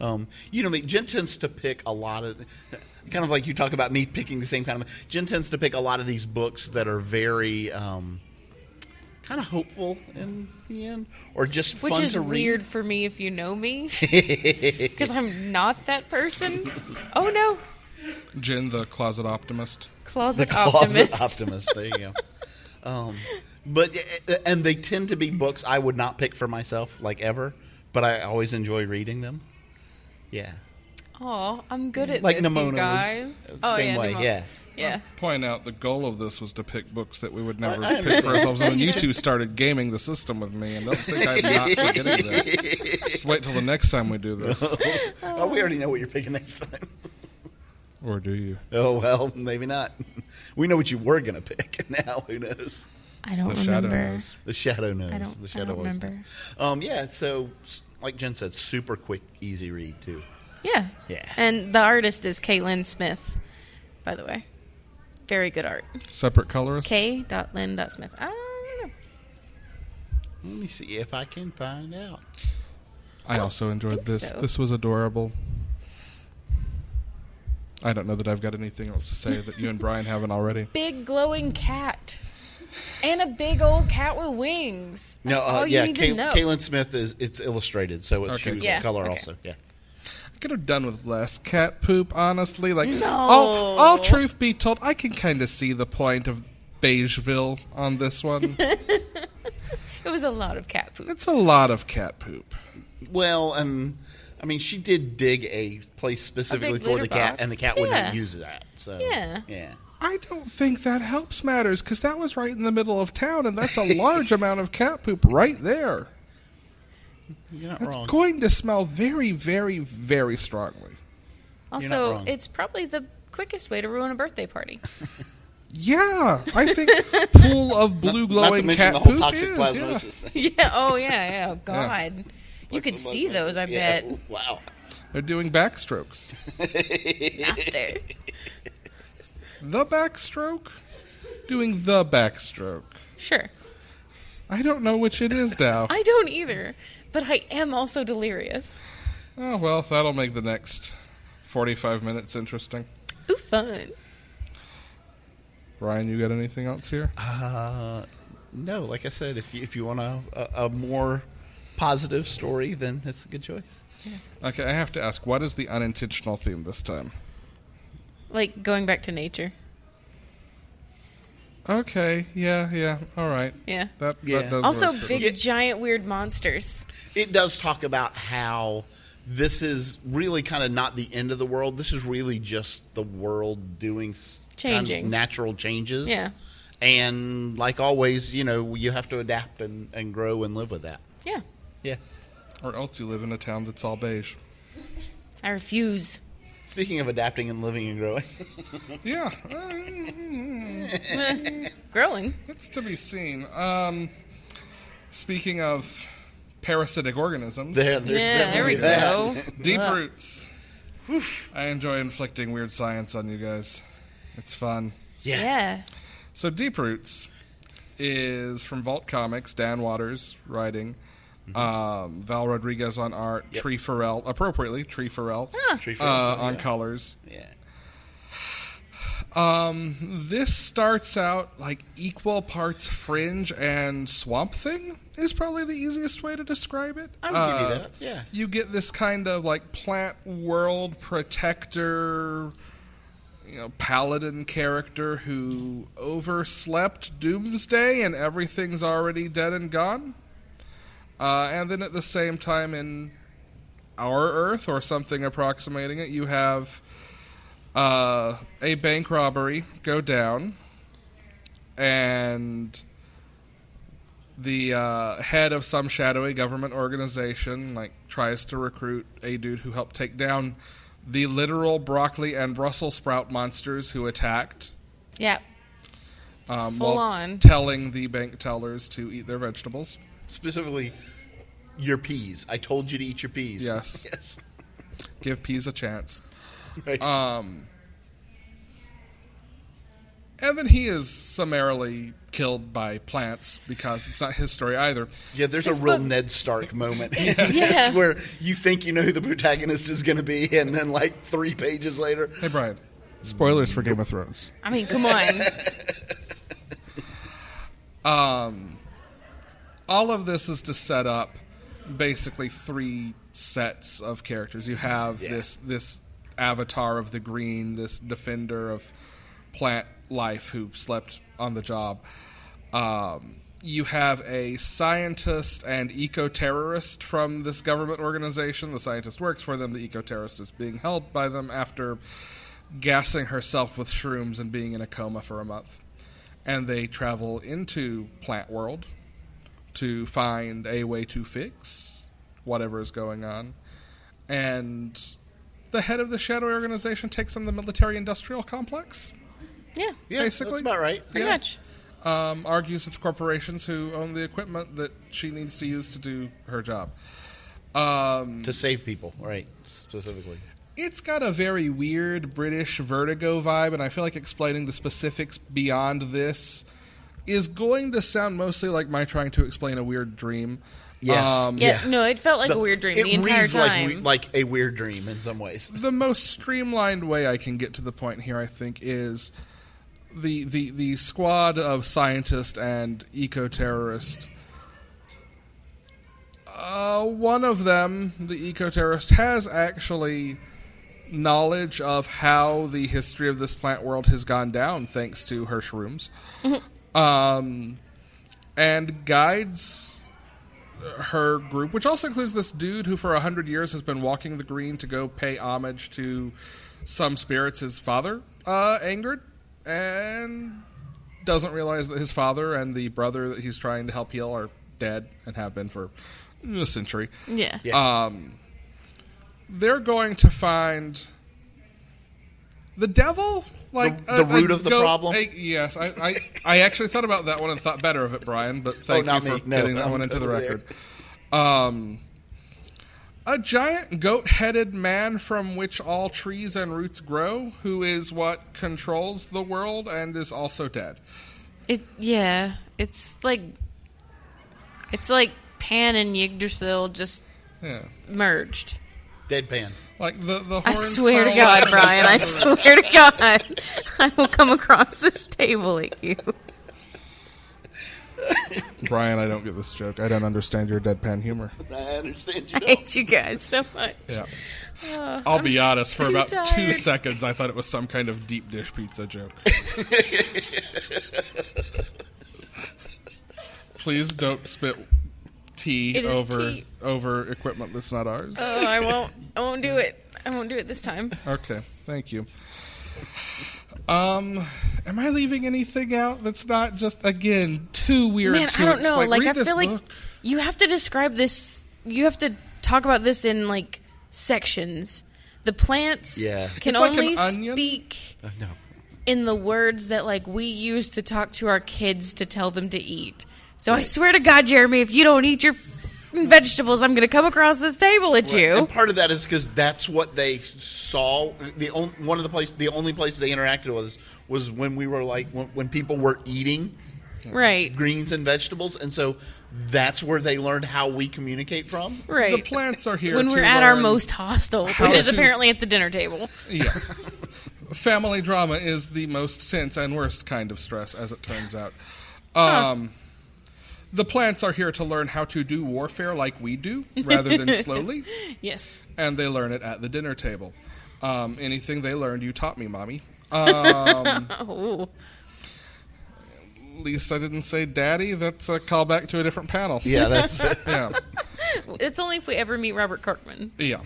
Speaker 4: Um, you know, me Jen tends to pick a lot of, kind of like you talk about me picking the same kind of. Jen tends to pick a lot of these books that are very. Um, Kind of hopeful in the end, or just
Speaker 3: Which
Speaker 4: fun
Speaker 3: is
Speaker 4: to read.
Speaker 3: weird for me if you know me. Because I'm not that person. Oh, no.
Speaker 1: Jin, the closet optimist.
Speaker 3: Closet,
Speaker 4: Closet
Speaker 3: optimist.
Speaker 4: optimist. There you go. um, but eh, and they tend to be books I would not pick for myself, like ever. But I always enjoy reading them. Yeah,
Speaker 3: Oh, I'm good at
Speaker 4: like
Speaker 3: this,
Speaker 4: Nimona
Speaker 3: you guys.
Speaker 4: was
Speaker 3: oh,
Speaker 4: same
Speaker 3: yeah,
Speaker 4: way.
Speaker 3: Nimona.
Speaker 4: Yeah.
Speaker 3: Yeah.
Speaker 1: Point out the goal of this was to pick books that we would never
Speaker 4: I- I
Speaker 1: pick for ourselves, and then you two started gaming the system with me, and don't think I'm not forgetting that. Just wait till the next time we do this,
Speaker 4: Oh, we already know what you're picking next time.
Speaker 1: or do you?
Speaker 4: oh well, maybe not. We know what you were gonna pick. Now who knows?
Speaker 3: I don't
Speaker 1: The shadow
Speaker 3: remember.
Speaker 1: knows.
Speaker 4: The shadow knows.
Speaker 3: I don't-
Speaker 4: the
Speaker 3: I
Speaker 4: shadow
Speaker 3: don't
Speaker 4: always
Speaker 3: remember.
Speaker 4: knows. Um, yeah. So, s- like Jen said, super quick, easy read too.
Speaker 3: Yeah.
Speaker 4: Yeah.
Speaker 3: And the artist is Caitlin Smith, by the way. Very good art.
Speaker 1: Separate colorist.
Speaker 3: K. dot Lynn. dot Smith. I don't know.
Speaker 4: Let me see if I can find out.
Speaker 1: I also enjoyed
Speaker 3: think
Speaker 1: this.
Speaker 3: so.
Speaker 1: This was adorable. I don't know that I've got anything else to say that you and Brian haven't already.
Speaker 3: Big glowing cat. And a big old cat with wings. That's
Speaker 4: No, uh,
Speaker 3: all
Speaker 4: yeah,
Speaker 3: Oh, you need
Speaker 4: Kay-
Speaker 3: to know.
Speaker 4: Caitlin Smith is it's illustrated, so it's
Speaker 1: Okay.
Speaker 4: choose
Speaker 3: Yeah,
Speaker 4: the color
Speaker 3: okay.
Speaker 4: also. Yeah,
Speaker 1: I could have done with less cat poop, honestly. Like,
Speaker 3: No.
Speaker 1: all, all truth be told, I can kind of see the point of Beigeville on this one.
Speaker 3: It was a lot of cat poop.
Speaker 1: it's a lot of cat poop.
Speaker 4: well, and I mean, she did dig a place specifically for
Speaker 3: litter
Speaker 4: the cat,
Speaker 3: box.
Speaker 4: and the cat would
Speaker 3: Yeah.
Speaker 4: not use that. So
Speaker 3: Yeah.
Speaker 4: yeah,
Speaker 1: I don't think that helps matters because that was right in the middle of town, and that's a large amount of cat poop right there.
Speaker 4: you're not
Speaker 1: It's
Speaker 4: wrong.
Speaker 1: going to smell very, very, very strongly.
Speaker 4: not
Speaker 3: Also,
Speaker 4: wrong.
Speaker 3: it's probably the quickest way to ruin a birthday party.
Speaker 1: Yeah, I think pool of blue
Speaker 4: Not to
Speaker 1: glowing
Speaker 4: mention
Speaker 1: cat
Speaker 4: the whole
Speaker 1: poop
Speaker 4: toxic
Speaker 1: is. yeah.
Speaker 4: plasmosis thing.
Speaker 3: yeah. Oh, yeah. Yeah. Oh, God. You could see
Speaker 4: Plasmosis,
Speaker 3: those, I
Speaker 4: yeah.
Speaker 3: bet.
Speaker 4: Wow.
Speaker 1: They're doing backstrokes.
Speaker 3: Master.
Speaker 1: The backstroke, doing the backstroke.
Speaker 3: Sure.
Speaker 1: I don't know which it is now.
Speaker 3: I don't either, but I am also delirious.
Speaker 1: Oh well, that'll make the next forty-five minutes interesting.
Speaker 3: Ooh, fun.
Speaker 1: Ryan, you got anything else here?
Speaker 4: Uh, no, like I said, if you if you want a, a, a more positive story, then that's a good choice.
Speaker 1: Okay, I have to ask, what is the unintentional theme this time?
Speaker 3: Like going back to nature.
Speaker 1: Okay, yeah, yeah, all right.
Speaker 3: Yeah.
Speaker 1: That,
Speaker 4: Yeah.
Speaker 1: that does
Speaker 3: Also,
Speaker 1: work.
Speaker 3: big, giant, weird monsters.
Speaker 4: it does talk about how this is really kind of not the end of the world. This is really just the world doing s- kind of
Speaker 3: Changing.
Speaker 4: natural changes.
Speaker 3: Yeah.
Speaker 4: And like always, you know, you have to adapt and, and grow and live with that.
Speaker 3: Yeah.
Speaker 4: Yeah.
Speaker 1: Or else you live in a town that's all beige.
Speaker 3: I refuse.
Speaker 4: Speaking of adapting and living and growing,
Speaker 1: Yeah, uh,
Speaker 3: Growing.
Speaker 1: that's to be seen. Um, speaking of parasitic organisms,
Speaker 4: there, there's
Speaker 3: Yeah, there we
Speaker 4: definitely that.
Speaker 3: go.
Speaker 1: deep roots. I enjoy inflicting weird science on you guys. It's fun.
Speaker 4: Yeah.
Speaker 3: Yeah.
Speaker 1: So Deep Roots is from Vault Comics, Dan Waters writing, um, Val Rodriguez on art,
Speaker 4: Mm-hmm. Yep.
Speaker 1: Tree Farrell, appropriately, Tree Farrell
Speaker 4: Tree
Speaker 1: uh,
Speaker 4: fern,
Speaker 1: on
Speaker 4: yeah.
Speaker 1: colors.
Speaker 4: Yeah.
Speaker 1: This starts out like equal parts Fringe and Swamp Thing is probably the easiest way to describe it.
Speaker 4: I would
Speaker 1: Uh,
Speaker 4: give you that. Yeah.
Speaker 1: you get this kind of like plant world protector you know paladin character who overslept doomsday and everything's already dead and gone uh, and then at the same time in our earth or something approximating it you have uh, a bank robbery go down and the uh, head of some shadowy government organization like tries to recruit a dude who helped take down the literal broccoli and Brussels sprout monsters who attacked.
Speaker 3: Yeah.
Speaker 1: Um,
Speaker 3: Full
Speaker 1: while
Speaker 3: on.
Speaker 1: telling the bank tellers to eat their vegetables.
Speaker 4: Specifically, your peas. I told you to eat your peas.
Speaker 1: Yes.
Speaker 4: yes.
Speaker 1: Give peas a chance. Um,
Speaker 4: Right.
Speaker 1: And then he is summarily killed by plants because it's not his story either.
Speaker 4: yeah, there's a
Speaker 3: this
Speaker 4: real
Speaker 3: book-
Speaker 4: Ned Stark moment. That's where you think you know who the protagonist is going to be, and then like three pages later,
Speaker 1: Hey, Brian. Spoilers for Game of Thrones.
Speaker 3: I mean, come on.
Speaker 1: all of this is to set up basically three sets of characters. You have this this avatar of the green, this defender of plant life who slept on the job. Um, you have a scientist and eco terrorist from this government organization. The scientist works for them. The eco terrorist is being held by them after gassing herself with shrooms and being in a coma for a month. And they travel into Plant World to find a way to fix whatever is going on. And the head of the shadow organization takes on the military industrial complex,
Speaker 3: Yeah.
Speaker 4: yeah,
Speaker 1: basically.
Speaker 4: that's about right.
Speaker 3: Pretty
Speaker 1: Yeah.
Speaker 3: much.
Speaker 1: Um, argues with corporations who own the equipment that she needs to use to do her job. Um,
Speaker 4: To save people, right? Specifically,
Speaker 1: it's got a very weird British vertigo vibe, and I feel like explaining the specifics beyond this is going to sound mostly like my trying to explain a weird dream. Um,
Speaker 4: Yes.
Speaker 3: Yeah,
Speaker 4: Yeah.
Speaker 3: No, it felt like
Speaker 4: The-
Speaker 3: a weird dream
Speaker 4: It
Speaker 3: the entire
Speaker 4: reads
Speaker 3: time.
Speaker 4: like, we- like a weird dream in some ways.
Speaker 1: the most streamlined way I can get to the point here, I think, is the the the squad of scientist and eco terrorist. Uh, one of them, the eco terrorist, has actually knowledge of how the history of this plant world has gone down thanks to her shrooms, um, and guides her group, which also includes this dude who for a hundred years has been walking the green to go pay homage to some spirits his father uh, angered, and doesn't realize that his father and the brother that he's trying to help heal are dead and have been for a century.
Speaker 3: yeah.
Speaker 4: Yeah.
Speaker 1: They're going to find the devil. Like
Speaker 4: The- the root of the problem?
Speaker 1: a- yes, I, I, I actually thought about that one and thought better of it, Brian. But thank
Speaker 4: Oh, not
Speaker 1: you
Speaker 4: me.
Speaker 1: for
Speaker 4: No,
Speaker 1: getting that
Speaker 4: I'm
Speaker 1: one into the
Speaker 4: totally there.
Speaker 1: record. Um, a giant goat headed man from which all trees and roots grow, who is what controls the world and is also dead.
Speaker 3: It yeah, it's like it's like Pan and Yggdrasil just
Speaker 1: Yeah.
Speaker 3: merged.
Speaker 4: Deadpan.
Speaker 1: Like the, the
Speaker 3: I
Speaker 1: horns
Speaker 3: swear to
Speaker 1: curl
Speaker 3: God,
Speaker 1: around
Speaker 3: Brian, I swear to God, I will come across this table at you.
Speaker 1: the- Brian, I don't get this joke. I don't understand your deadpan humor.
Speaker 4: I understand you.
Speaker 3: I hate you guys so much.
Speaker 1: Yeah. I'll be honest, for
Speaker 3: Uh, too
Speaker 1: about two
Speaker 3: tired.
Speaker 1: seconds, I thought it was some kind of deep dish pizza joke. Please don't spit tea
Speaker 3: It is
Speaker 1: over
Speaker 3: tea.
Speaker 1: over equipment that's not ours.
Speaker 3: Oh, I won't. I won't do it. I won't do it this time.
Speaker 1: Okay, thank you. Um, Am I leaving anything out that's not just again too weird
Speaker 3: Man,
Speaker 1: to
Speaker 3: I don't know.
Speaker 1: explain?
Speaker 3: Like
Speaker 1: Read
Speaker 3: I
Speaker 1: this
Speaker 3: feel like
Speaker 1: book.
Speaker 3: you have to describe this. You have to talk about this in like sections. The plants
Speaker 4: Yeah.
Speaker 3: can
Speaker 1: It's like an
Speaker 3: only
Speaker 1: onion.
Speaker 3: speak
Speaker 4: Uh, no.
Speaker 3: in the words that like we use to talk to our kids to tell them to eat. So I swear to God, Jeremy, if you don't eat your f***ing vegetables, I'm going to come across this table at you.
Speaker 4: And part of that is because that's what they saw. The only, one of the place, the only place they interacted with us was when we were like when, when people were eating
Speaker 3: Right.
Speaker 4: greens and vegetables, and so that's where they learned how we communicate from.
Speaker 3: Right.
Speaker 1: The plants are here
Speaker 3: when
Speaker 1: to
Speaker 3: we're at our
Speaker 1: learn-
Speaker 3: most hostile, which
Speaker 1: to-
Speaker 3: is apparently at the dinner table.
Speaker 1: Yeah. Family drama is the most sense and worst kind of stress, as it turns out. Um, The plants are here to learn how to do warfare like we do, rather than slowly,
Speaker 3: Yes.
Speaker 1: and they learn it at the dinner table. Um, anything they learned, you taught me, mommy. Um,
Speaker 3: Oh.
Speaker 1: At least I didn't say daddy. That's a callback to a different panel.
Speaker 4: Yeah, that's
Speaker 1: Yeah.
Speaker 3: It's only if we ever meet Robert Kirkman.
Speaker 1: Yeah.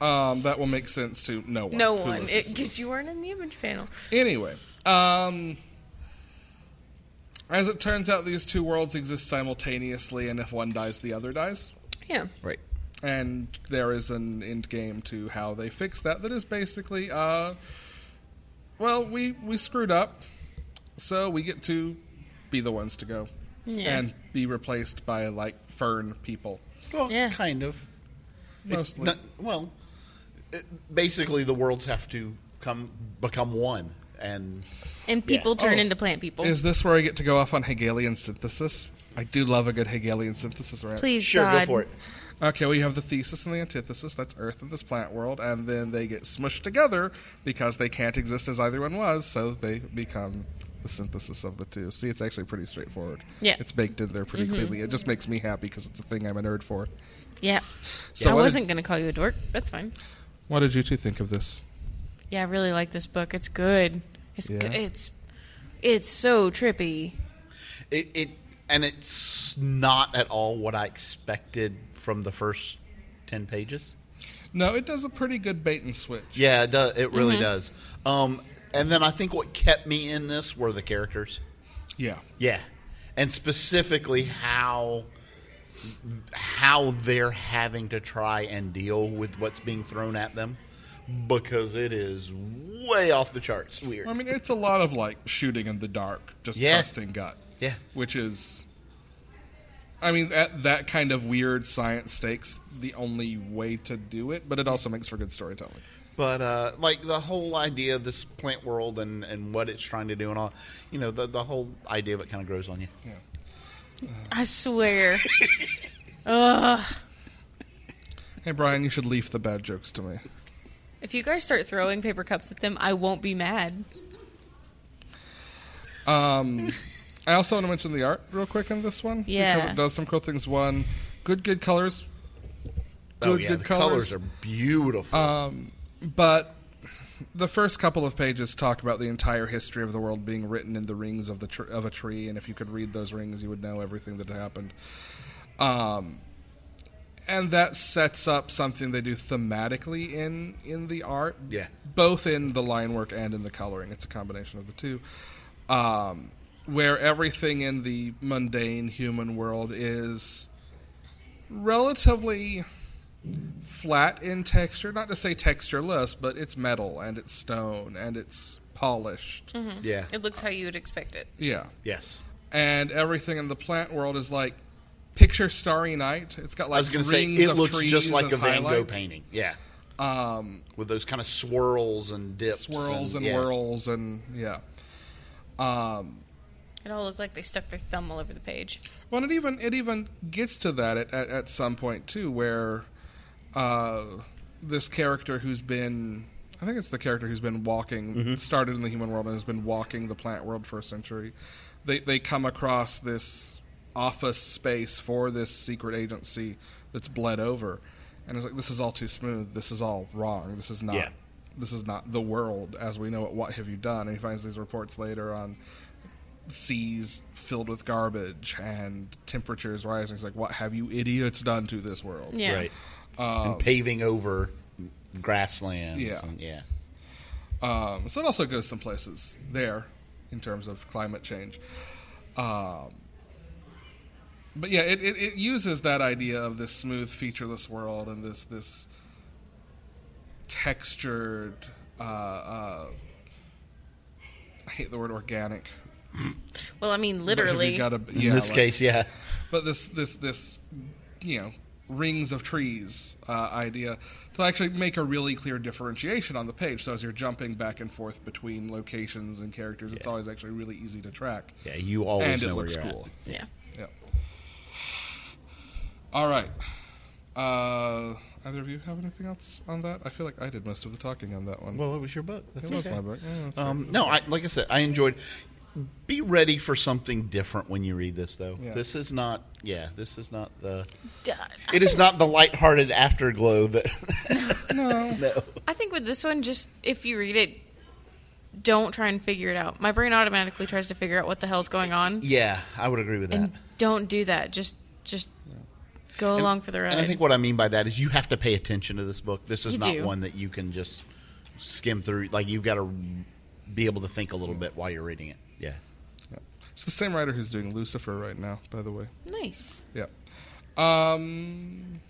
Speaker 1: Um, that will make sense to no one.
Speaker 3: No
Speaker 1: who
Speaker 3: one,
Speaker 1: listens to
Speaker 3: because you weren't in the image panel.
Speaker 1: Anyway, um, as it turns out, these two worlds exist simultaneously, and if one dies, the other dies.
Speaker 3: Yeah.
Speaker 4: right.
Speaker 1: And there is an end game to how they fix that. That is basically, uh, well, we we screwed up, so we get to be the ones to go
Speaker 3: Yeah.
Speaker 1: and be replaced by like fern people,
Speaker 4: Well,
Speaker 3: Yeah.
Speaker 4: kind of.
Speaker 1: mostly.
Speaker 4: Not- well, it- basically, the worlds have to come become one, and
Speaker 3: And people turn
Speaker 1: Oh.
Speaker 3: into plant people.
Speaker 1: is this where I get to go off on Hegelian synthesis? I do love a good Hegelian synthesis, right?
Speaker 3: Please,
Speaker 4: sure,
Speaker 3: God.
Speaker 4: go for it.
Speaker 1: Okay, well, you have the thesis and the antithesis. That's Earth and this plant world, and then they get smushed together because they can't exist as either one was, so they become the synthesis of the two. See, it's actually pretty straightforward.
Speaker 3: Yeah.
Speaker 1: it's baked in there pretty cleanly. It just makes me happy because it's a thing I'm a nerd for.
Speaker 3: Yeah.
Speaker 1: So
Speaker 3: I
Speaker 1: what did-
Speaker 3: wasn't going to call you a dork. That's fine.
Speaker 1: What did you two think of this?
Speaker 3: Yeah, I really like this book. It's good. It's
Speaker 1: Yeah.
Speaker 3: go- it's it's so trippy.
Speaker 4: It, it and it's not at all what I expected from the first ten pages.
Speaker 1: No, it does a pretty good bait and switch.
Speaker 4: Yeah, it does. It really
Speaker 3: Mm-hmm.
Speaker 4: does. Um, and then I think what kept me in this were the characters.
Speaker 1: Yeah,
Speaker 4: Yeah, and specifically how how they're having to try and deal with what's being thrown at them because it is way off the charts weird.
Speaker 1: I mean, it's a lot of like shooting in the dark, just
Speaker 4: Yeah.
Speaker 1: trusting gut.
Speaker 4: Yeah.
Speaker 1: which is, I mean, at that kind of weird science stakes, the only way to do it. But it also makes for good storytelling.
Speaker 4: But uh, like the whole idea of this plant world and, and what it's trying to do and all, you know, the the whole idea of it kind of grows on you.
Speaker 3: I swear.
Speaker 1: Hey, Brian, you should leave the bad jokes to me.
Speaker 3: if you guys start throwing paper cups at them, I won't be mad.
Speaker 1: I also want to mention the art real quick in this one.
Speaker 3: Yeah.
Speaker 1: Because it does some cool things. One, good, good colors. Good,
Speaker 4: oh yeah,
Speaker 1: good
Speaker 4: the
Speaker 1: colors. Uh,
Speaker 4: colors. are beautiful.
Speaker 1: But the first couple of pages talk about the entire history of the world being written in the rings of the tr- of a tree, and if you could read those rings, you would know everything that had happened. Um, and that sets up something they do thematically in in the art.
Speaker 4: Yeah.
Speaker 1: both in the line work and in the coloring. It's a combination of the two. Um, where everything in the mundane human world is relatively flat in texture. Not to say textureless, but it's metal and it's stone and it's polished.
Speaker 4: yeah.
Speaker 3: It looks how you would expect it.
Speaker 1: Yeah.
Speaker 4: Yes.
Speaker 1: And everything in the plant world is like picture Starry Night. It's got like
Speaker 4: I was going to say
Speaker 1: rings
Speaker 4: it
Speaker 1: of
Speaker 4: looks
Speaker 1: trees
Speaker 4: just like
Speaker 1: as
Speaker 4: a Van Gogh
Speaker 1: highlights.
Speaker 4: painting. Yeah.
Speaker 1: Um,
Speaker 4: with those kind of swirls and dips,
Speaker 1: swirls and,
Speaker 4: yeah.
Speaker 1: whirls and yeah. Um,
Speaker 3: It all looked like they stuck their thumb all over the page.
Speaker 1: well, it even it even gets to that at, at, at some point too, where uh, this character who's been I think it's the character who's been walking started in the human world and has been walking the plant world for a century. They they come across this office space for this secret agency that's bled over, and it's like this is all too smooth. This is all wrong. This is not
Speaker 4: Yeah.
Speaker 1: this is not the world as we know it. What have you done? And he finds these reports later on seas filled with garbage and temperatures rising. He's like, what have you idiots done to this world?
Speaker 3: Yeah.
Speaker 4: right? and paving over grasslands.
Speaker 1: Um, Yeah.
Speaker 4: and- yeah.
Speaker 1: Um, so it also goes some places there. in terms of climate change. Um, but yeah, it, it, it uses that idea of this smooth, featureless world and this this textured. Uh, uh, I hate the word organic.
Speaker 3: Well, I mean,
Speaker 1: but have you
Speaker 3: literally.
Speaker 1: gotta-
Speaker 4: In
Speaker 1: yeah,
Speaker 4: this
Speaker 1: like-
Speaker 4: case, yeah.
Speaker 1: but this this this you know rings of trees uh, idea to actually make a really clear differentiation on the page. So as you're jumping back and forth between locations and characters, it's always actually really easy to track.
Speaker 4: Yeah, you always
Speaker 1: and
Speaker 4: know
Speaker 1: it
Speaker 4: where
Speaker 1: looks
Speaker 4: you're at.
Speaker 1: cool.
Speaker 3: yeah.
Speaker 1: Yeah. All right. Uh, either of you have anything else on that? I feel like I did most of the talking on that one.
Speaker 4: Well, it was your book.
Speaker 1: it
Speaker 4: That's
Speaker 1: was
Speaker 4: okay.
Speaker 1: my book. Yeah, that's
Speaker 4: Um, no, I, like I said, I enjoyed. Be ready for something different when you read this, though.
Speaker 1: Yeah.
Speaker 4: This is not. Yeah, this is not the.
Speaker 3: D-
Speaker 4: It is not the lighthearted afterglow that.
Speaker 1: right. no.
Speaker 4: no.
Speaker 3: I think with this one, just if you read it, don't try and figure it out. My brain automatically tries to figure out what the hell's going on,
Speaker 4: Yeah, I would agree with that.
Speaker 3: and don't do that. Just just go along for the ride.
Speaker 4: And I think what I mean by that is you have to pay attention to this book. This is
Speaker 3: You
Speaker 4: not
Speaker 3: do.
Speaker 4: one that you can just skim through. Like you've got to be able to think a little bit while you're reading it. Yeah.
Speaker 1: It's the same writer who's doing Lucifer right now, by the way.
Speaker 3: nice.
Speaker 1: Yeah. Um,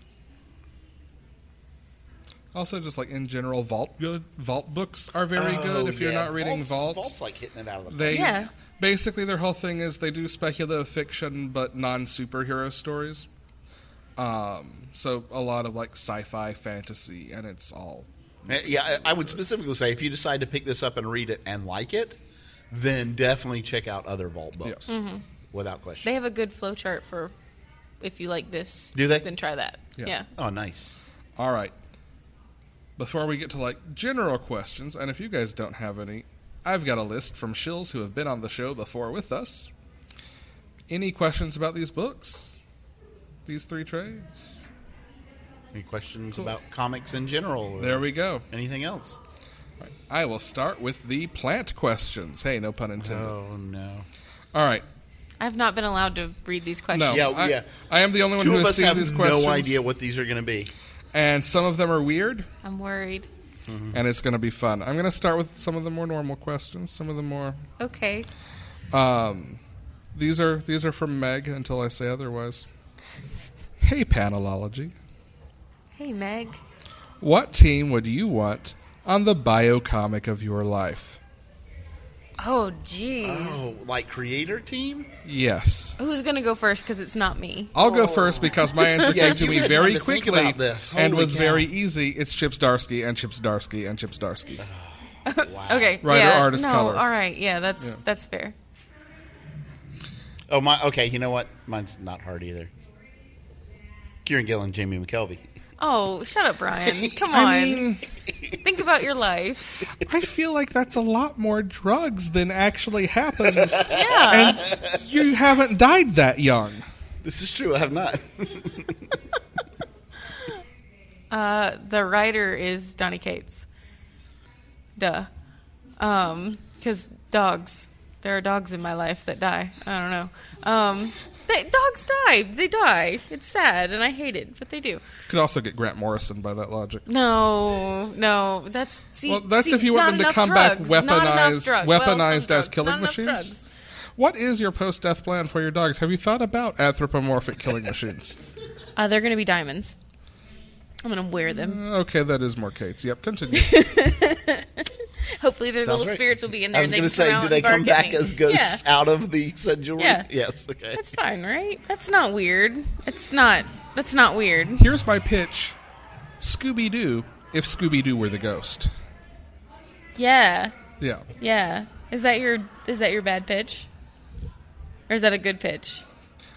Speaker 1: also, just like in general, vault good vault books are very good. If you're not reading vault,
Speaker 4: Oh, Vault's like hitting it out of the
Speaker 1: they
Speaker 3: Yeah.
Speaker 1: basically their whole thing is they do speculative fiction but non superhero stories. Um, so a lot of like sci-fi, fantasy, and it's all
Speaker 4: Uh, Yeah, I I would specifically say if you decide to pick this up and read it and like it, then definitely check out other Vault books without question.
Speaker 3: Mm-hmm. They have a good flow chart for if you like this.
Speaker 4: Do they?
Speaker 3: Then try that.
Speaker 1: Yeah.
Speaker 3: Yeah.
Speaker 4: oh, nice.
Speaker 1: all right. Before we get to like general questions, and if you guys don't have any, I've got a list from shills who have been on the show before with us. Any questions about these books? These three trades?
Speaker 4: Any questions
Speaker 1: Cool.
Speaker 4: about comics in general? Or
Speaker 1: There we go.
Speaker 4: Anything else?
Speaker 1: I will start with the plant questions. Hey, no pun intended.
Speaker 4: Oh no.
Speaker 1: All right.
Speaker 3: I've not been allowed to read these
Speaker 1: No,
Speaker 3: questions.
Speaker 4: Yeah,
Speaker 1: I,
Speaker 4: yeah.
Speaker 1: I am the only one
Speaker 4: Two
Speaker 1: who
Speaker 4: of
Speaker 1: has
Speaker 4: us
Speaker 1: seen
Speaker 4: have
Speaker 1: these questions,
Speaker 4: no idea what these are going to be.
Speaker 1: and some of them are weird,
Speaker 3: I'm worried.
Speaker 4: Mm-hmm.
Speaker 1: and it's going to be fun. I'm going to start with some of the more normal questions, some of the more.
Speaker 3: Okay.
Speaker 1: Um, these are these are from Meg until I say otherwise. Hey, panelology,
Speaker 3: Hey, Meg.
Speaker 1: what team would you want on the biocomic of your life?
Speaker 3: Oh, jeez.
Speaker 4: Oh, like creator team?
Speaker 1: Yes.
Speaker 3: Who's gonna go first? Because it's not me.
Speaker 1: I'll go first because my answer
Speaker 4: Yeah,
Speaker 1: came to
Speaker 4: you
Speaker 1: me
Speaker 4: had
Speaker 1: very
Speaker 4: time to think
Speaker 1: quickly
Speaker 4: about this.
Speaker 1: and
Speaker 4: Holy
Speaker 1: was
Speaker 4: cow.
Speaker 1: very easy. It's Chips Darsky and Chips Darsky and Chips Darsky.
Speaker 4: Uh-huh. Wow.
Speaker 3: Okay.
Speaker 1: Writer,
Speaker 3: yeah.
Speaker 1: artist,
Speaker 3: no,
Speaker 1: colorist.
Speaker 3: All right. Yeah. That's
Speaker 1: Yeah.
Speaker 3: that's fair.
Speaker 4: Oh my. Okay. You know what? Mine's not hard either. Kieran Gillen, Jamie McKelvey.
Speaker 3: Oh, shut up, Brian. Come on.
Speaker 1: I mean,
Speaker 3: Think about your life.
Speaker 1: I feel like that's a lot more drugs than actually happens.
Speaker 3: Yeah.
Speaker 1: and you haven't died that young.
Speaker 4: This is true. I have not.
Speaker 3: Uh, the writer is Donny Cates. Duh. Um, because dogs. There are dogs in my life that die. I don't know. Um, they, dogs die. They die. It's sad, and I hate it, but they do.
Speaker 1: Could also get Grant Morrison by that logic.
Speaker 3: No, no. That's see,
Speaker 1: Well, that's
Speaker 3: see,
Speaker 1: if you want
Speaker 3: not
Speaker 1: them to
Speaker 3: enough
Speaker 1: come back
Speaker 3: drugs, not enough
Speaker 1: weaponized-
Speaker 3: drugs. Well, some
Speaker 1: weaponized as
Speaker 3: drugs,
Speaker 1: killing
Speaker 3: not enough
Speaker 1: machines?
Speaker 3: drugs.
Speaker 1: What is your post-death plan for your dogs? Have you thought about anthropomorphic killing machines?
Speaker 3: Uh, they're going to be diamonds. I'm going to wear them.
Speaker 1: Okay, that is more Kate's. Yep, continue.
Speaker 3: Hopefully, their
Speaker 4: Sounds
Speaker 3: little
Speaker 4: right.
Speaker 3: spirits will be in there.
Speaker 4: I was
Speaker 3: and
Speaker 4: going to
Speaker 3: they can
Speaker 4: say,
Speaker 3: come
Speaker 4: do
Speaker 3: out
Speaker 4: they
Speaker 3: and bark
Speaker 4: come
Speaker 3: at
Speaker 4: back
Speaker 3: me.
Speaker 4: as ghosts
Speaker 3: Yeah.
Speaker 4: out of the sanctuary?
Speaker 3: Yeah.
Speaker 4: Yes. Okay.
Speaker 3: That's fine, right? That's not weird. It's not. That's not weird.
Speaker 1: Here's my pitch: Scooby Doo. If Scooby Doo were the ghost,
Speaker 3: Yeah,
Speaker 1: yeah.
Speaker 3: yeah. Is that your is that your bad pitch, or is that a good pitch?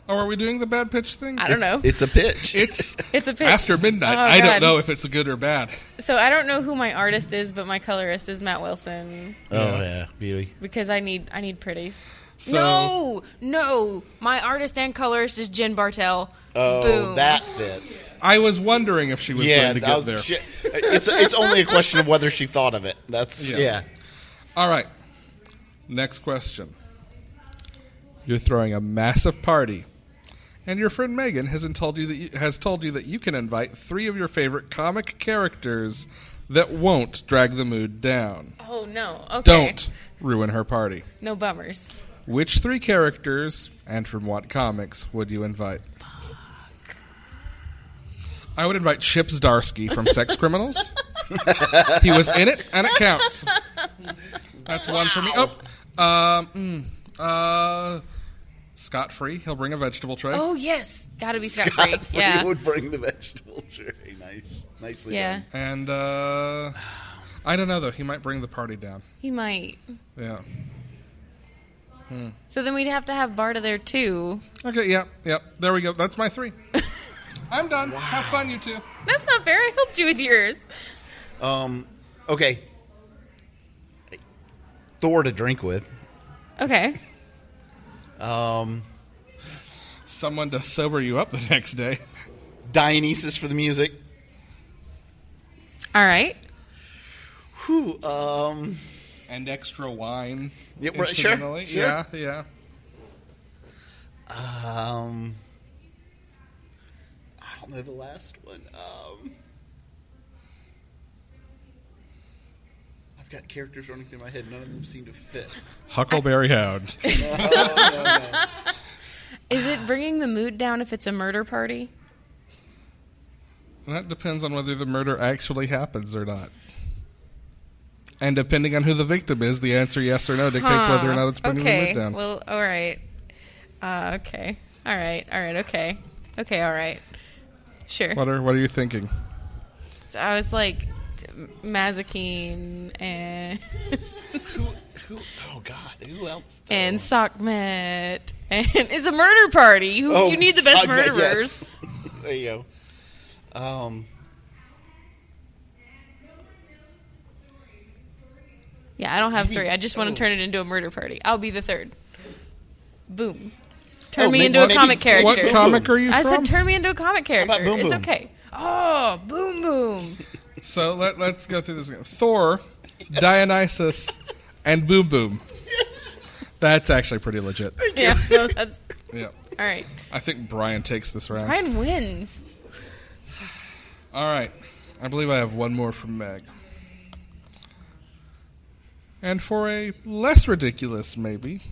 Speaker 1: Oh, are we doing the bad pitch thing?
Speaker 3: I don't know.
Speaker 4: It's a pitch.
Speaker 1: It's
Speaker 3: Uh, It's a pitch.
Speaker 1: after midnight.
Speaker 3: Oh,
Speaker 1: I don't
Speaker 3: God.
Speaker 1: know if it's a good or bad.
Speaker 3: So I don't know who my artist is, but my colorist is Matt Wilson
Speaker 4: oh yeah, beauty.
Speaker 3: because I need I need pretties.
Speaker 1: So-
Speaker 3: no, no. My artist and colorist is Jen Bartel.
Speaker 4: Oh,
Speaker 3: Boom.
Speaker 4: that fits.
Speaker 1: I was wondering if she was
Speaker 4: yeah,
Speaker 1: going to
Speaker 4: that
Speaker 1: get
Speaker 4: was-
Speaker 1: there.
Speaker 4: she- it's it's only a question of whether she thought of it. That's
Speaker 1: Yeah.
Speaker 4: yeah.
Speaker 1: All right. Next question. You're throwing a massive party, and your friend Megan has told you that you, has told you that you can invite three of your favorite comic characters that won't drag the mood down.
Speaker 3: Oh no. Okay.
Speaker 1: Don't ruin her party.
Speaker 3: No bummers.
Speaker 1: Which three characters and from what comics would you invite? I would invite Chips Darsky from Sex Criminals. he was in it, and it counts. That's one for me. Oh, um, mm, uh, Scott Free. He'll bring a vegetable tray.
Speaker 3: Oh yes, gotta be scot free.
Speaker 4: Free
Speaker 3: Yeah.
Speaker 4: would bring the vegetable tray. Nice, nicely
Speaker 3: Yeah.
Speaker 4: done.
Speaker 1: And uh, I don't know though. He might bring the party down.
Speaker 3: He might.
Speaker 1: Yeah.
Speaker 3: So then we'd have to have Barta there too.
Speaker 1: Okay. Yeah. Yeah. There we go. That's my three. I'm done. Have fun, you two.
Speaker 3: That's not fair. I helped you with yours.
Speaker 4: Um, okay. Thor to drink with.
Speaker 3: Okay.
Speaker 4: Um,
Speaker 1: Someone to sober you up the next day.
Speaker 4: Dionysus for the music.
Speaker 3: All right.
Speaker 4: Whew. Um,
Speaker 1: and extra wine.
Speaker 4: Yeah, right, sure,
Speaker 1: incidentally.
Speaker 4: sure.
Speaker 1: Yeah, yeah.
Speaker 4: um, I don't know the last one. Um, I've got characters running through my head. None of them seem to fit.
Speaker 1: Huckleberry Hound.
Speaker 3: Is it bringing the mood down if it's a murder party?
Speaker 1: that depends on whether the murder actually happens or not. And depending on who the victim is, the answer yes or no dictates whether or not it's bringing
Speaker 3: okay.
Speaker 1: the mood down.
Speaker 3: Well, all right. Uh, okay. All right. All right. Okay. Okay. All right. Sure.
Speaker 1: what are what are you thinking?
Speaker 3: So I was like t- Mazikeen and
Speaker 4: Who? Who? Oh God! Who else?
Speaker 3: and Sockmet and it's a murder party. You,
Speaker 4: Oh,
Speaker 3: you need the best
Speaker 4: Sockmet,
Speaker 3: murderers.
Speaker 4: yes. There you go. Um,
Speaker 3: Yeah, I don't have three. I just want to turn it into a murder party. I'll be the third. Boom. Turn
Speaker 4: Oh,
Speaker 3: me
Speaker 4: may-
Speaker 3: into
Speaker 4: well,
Speaker 3: a
Speaker 4: maybe-
Speaker 3: comic character.
Speaker 1: What comic are you
Speaker 3: I
Speaker 1: from?
Speaker 3: said turn me into a comic character.
Speaker 4: about Boom
Speaker 3: it's
Speaker 4: Boom?
Speaker 3: okay. Oh, boom boom.
Speaker 1: so let, let's go through this again. Thor, Dionysus, and Boom Boom. That's actually pretty legit.
Speaker 3: yeah, no, that's
Speaker 1: Yeah.
Speaker 3: all right.
Speaker 1: I think Brian takes this round.
Speaker 3: Brian wins.
Speaker 1: All right. I believe I have one more from Meg. And for a less ridiculous, maybe,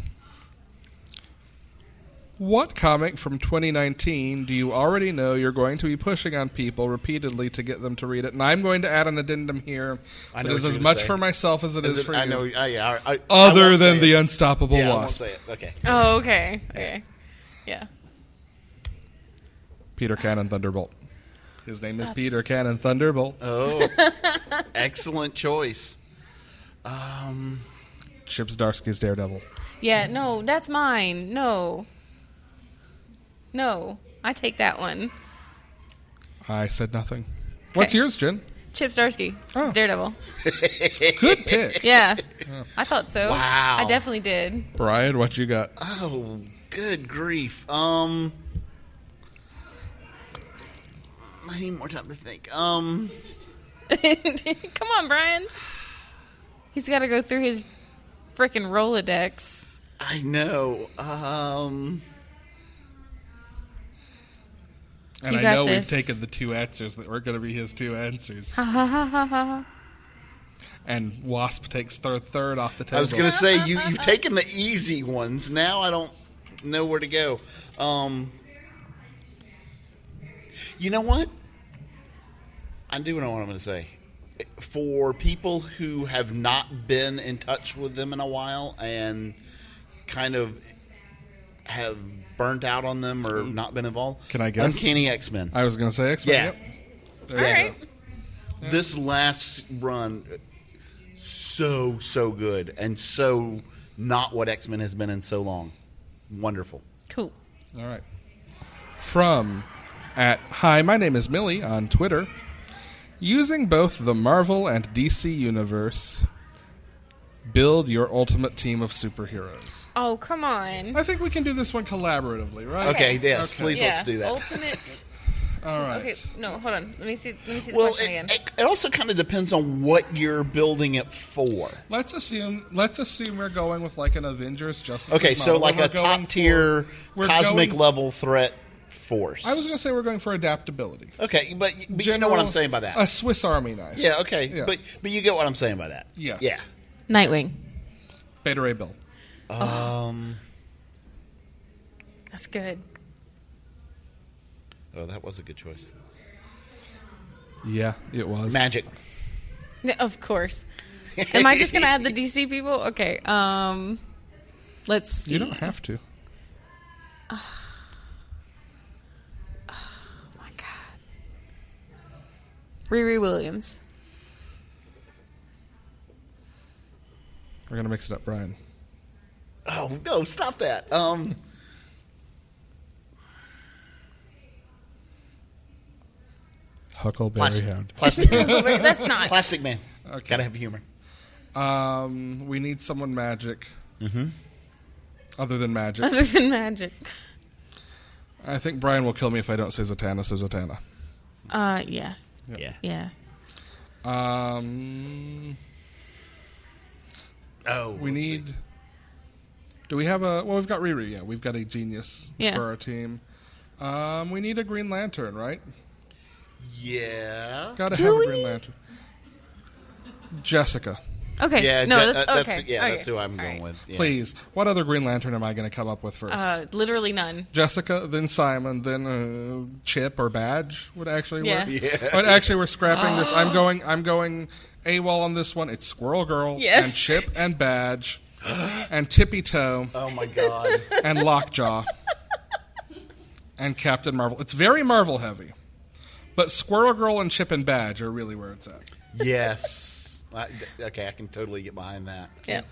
Speaker 1: what comic from 2019 do you already know you're going to be pushing on people repeatedly to get them to read it? And I'm going to add an addendum here
Speaker 4: I
Speaker 1: that
Speaker 4: know
Speaker 1: is
Speaker 4: what
Speaker 1: as
Speaker 4: you're
Speaker 1: much
Speaker 4: gonna
Speaker 1: for
Speaker 4: say.
Speaker 1: myself as it is,
Speaker 4: is it-
Speaker 1: for
Speaker 4: I
Speaker 1: you.
Speaker 4: know. I, yeah, I, I- I
Speaker 1: Other
Speaker 4: won't
Speaker 1: than
Speaker 4: say
Speaker 1: the
Speaker 4: it.
Speaker 1: unstoppable
Speaker 4: yeah, I won't
Speaker 1: wasp,
Speaker 4: say it. Okay.
Speaker 3: Oh, okay. Okay. Yeah.
Speaker 1: Peter Cannon Thunderbolt. His name is
Speaker 3: That's-
Speaker 1: Peter Cannon Thunderbolt.
Speaker 4: Oh, excellent choice. Um,
Speaker 1: Chip Zdarsky's Daredevil.
Speaker 3: Yeah, no, that's mine. No. No. I take that one.
Speaker 1: I said nothing. What's
Speaker 3: Okay.
Speaker 1: yours, Jen?
Speaker 3: Chip Starsky.
Speaker 1: Oh.
Speaker 3: Daredevil.
Speaker 1: Good pick.
Speaker 3: Yeah. I thought so.
Speaker 4: Wow.
Speaker 3: I definitely did.
Speaker 1: Brian, what you got?
Speaker 4: oh, good grief. Um, I need more time to think. Um,
Speaker 3: Come on, Brian. He's got to go through his freaking Rolodex.
Speaker 4: I know. Um,
Speaker 1: And
Speaker 3: You
Speaker 1: I
Speaker 3: got
Speaker 1: know
Speaker 3: this.
Speaker 1: we've taken the two answers that were going to be his two answers.
Speaker 3: Ha ha ha ha ha.
Speaker 1: and Wasp takes third third off the table.
Speaker 4: I was gonna say you you've taken the easy ones. Now I don't know where to go. Um, you know what? I do know what I'm gonna say. For people who have not been in touch with them in a while and kind of have burnt out on them or not been involved,
Speaker 1: Mm. Can I guess?
Speaker 4: Uncanny X Men.
Speaker 1: I was going to say X
Speaker 4: Yeah.
Speaker 1: Men. Yep. There
Speaker 3: All
Speaker 1: you
Speaker 3: right.
Speaker 1: go.
Speaker 4: this last run so so good and so not what x-men has been in so long wonderful
Speaker 3: Cool.
Speaker 1: All right. From at Hi, my name is Millie on Twitter. Using both the Marvel and DC universe, build your ultimate team of superheroes.
Speaker 3: Oh, come on.
Speaker 1: I think we can do this one collaboratively, right?
Speaker 4: okay, yes please
Speaker 3: yeah.
Speaker 4: let's do that
Speaker 3: Ultimate.
Speaker 1: All right.
Speaker 3: Okay, no, hold on. Let me see. Let me see the
Speaker 4: well
Speaker 3: question again.
Speaker 4: it, it, it also kind of depends on what you're building it for
Speaker 1: Let's assume. Let's assume we're going with like an Avengers Justice.
Speaker 4: okay
Speaker 1: League
Speaker 4: so
Speaker 1: model,
Speaker 4: like
Speaker 1: where
Speaker 4: a
Speaker 1: we're going
Speaker 4: top tier
Speaker 1: for- we're
Speaker 4: cosmic
Speaker 1: going-
Speaker 4: level threat force.
Speaker 1: I was going to say we're going for adaptability.
Speaker 4: okay, but, but you know what I'm
Speaker 1: General-
Speaker 4: saying by that.
Speaker 1: A Swiss Army knife.
Speaker 4: yeah, okay,
Speaker 1: yeah.
Speaker 4: but but you get what I'm saying by that.
Speaker 1: Yes.
Speaker 4: Yeah.
Speaker 3: Nightwing.
Speaker 1: Beta Ray Bill.
Speaker 4: Um.
Speaker 3: That's good.
Speaker 4: Oh, that was a good choice.
Speaker 1: Yeah, it was
Speaker 4: Magic.
Speaker 3: Yeah, Of course. Am I just going to add the DC people? Okay. Um, let's see.
Speaker 1: You don't have to.
Speaker 3: oh my God. Riri Williams.
Speaker 1: We're going to mix it up, Brian.
Speaker 4: Oh no! Stop that. Um.
Speaker 1: Huckleberry
Speaker 4: Plastic.
Speaker 1: Hound.
Speaker 4: Plastic.
Speaker 3: Wait, that's not.
Speaker 4: plastic man.
Speaker 1: Okay.
Speaker 4: Gotta have humor.
Speaker 1: Um, we need someone magic. Mm-hmm. Other than magic,
Speaker 3: Other than magic.
Speaker 1: I think Brian will kill me if I don't say Zatanna. So Zatanna.
Speaker 3: Uh, yeah.
Speaker 4: Yeah.
Speaker 3: Yeah.
Speaker 1: Um,
Speaker 4: Oh,
Speaker 1: we
Speaker 4: let's see.
Speaker 1: need. Do we have a? Well, we've got Riri. Yeah, we've got a genius
Speaker 3: Yeah.
Speaker 1: for our team. Um, we need a Green Lantern, right?
Speaker 4: Yeah.
Speaker 1: Got to
Speaker 3: Do
Speaker 1: have
Speaker 3: we?
Speaker 1: a Green Lantern. Jessica,
Speaker 3: Okay.
Speaker 4: Yeah,
Speaker 3: no,
Speaker 4: Je-
Speaker 3: that's,
Speaker 4: uh,
Speaker 3: okay.
Speaker 4: yeah,
Speaker 3: Okay.
Speaker 4: that's who I'm
Speaker 3: All
Speaker 4: going
Speaker 3: right.
Speaker 4: with. Yeah.
Speaker 1: please. What other Green Lantern am I going to come up with first?
Speaker 3: Uh, literally none.
Speaker 1: Jessica, then Simon, then uh, Chip or Badge would actually
Speaker 3: Yeah. Oh.
Speaker 1: work. But actually, we're scrapping this. I'm going. I'm going AWOL on this one. It's Squirrel Girl
Speaker 3: Yes.
Speaker 1: and Chip and Badge and Tippy Toe
Speaker 4: Oh my god.
Speaker 1: and Lockjaw and Captain Marvel. It's very Marvel heavy, but Squirrel Girl and Chip and Badge are really where it's at.
Speaker 4: yes. I, th- okay, I can totally get behind that.
Speaker 3: Yeah.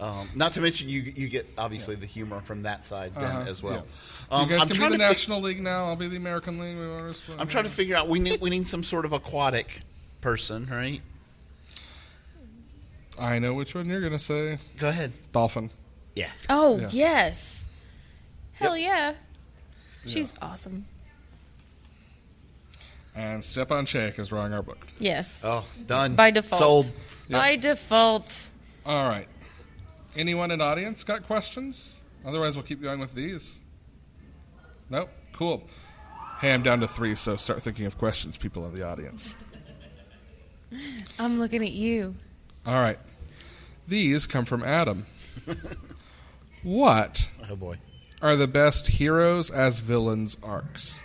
Speaker 4: Um, not to mention you you get obviously the humor from that side then
Speaker 1: Uh-huh,
Speaker 4: as well.
Speaker 1: yeah.
Speaker 4: Um,
Speaker 1: you guys
Speaker 4: I'm
Speaker 1: can
Speaker 4: trying
Speaker 1: be
Speaker 4: to
Speaker 1: the
Speaker 4: fi-
Speaker 1: National League now. I'll be the American League. We want to-
Speaker 4: I'm trying to figure out we need we need some sort of aquatic person, right?
Speaker 1: I know which one you're going to say.
Speaker 4: Go ahead.
Speaker 1: Dolphin.
Speaker 4: Yeah.
Speaker 3: Oh,
Speaker 1: Yeah.
Speaker 3: yes. Hell yeah. She's awesome.
Speaker 1: And Stepan Shake is drawing our book.
Speaker 3: Yes.
Speaker 4: Oh, done.
Speaker 3: By default.
Speaker 4: Sold.
Speaker 3: By default.
Speaker 1: All right. Anyone in audience got questions? Otherwise, we'll keep going with these. Nope. Cool. Hey, I'm down to three, so start thinking of questions, people in the audience.
Speaker 3: I'm looking at you.
Speaker 1: All right. These come from Adam. what
Speaker 4: Oh boy.
Speaker 1: are the best heroes as villains arcs?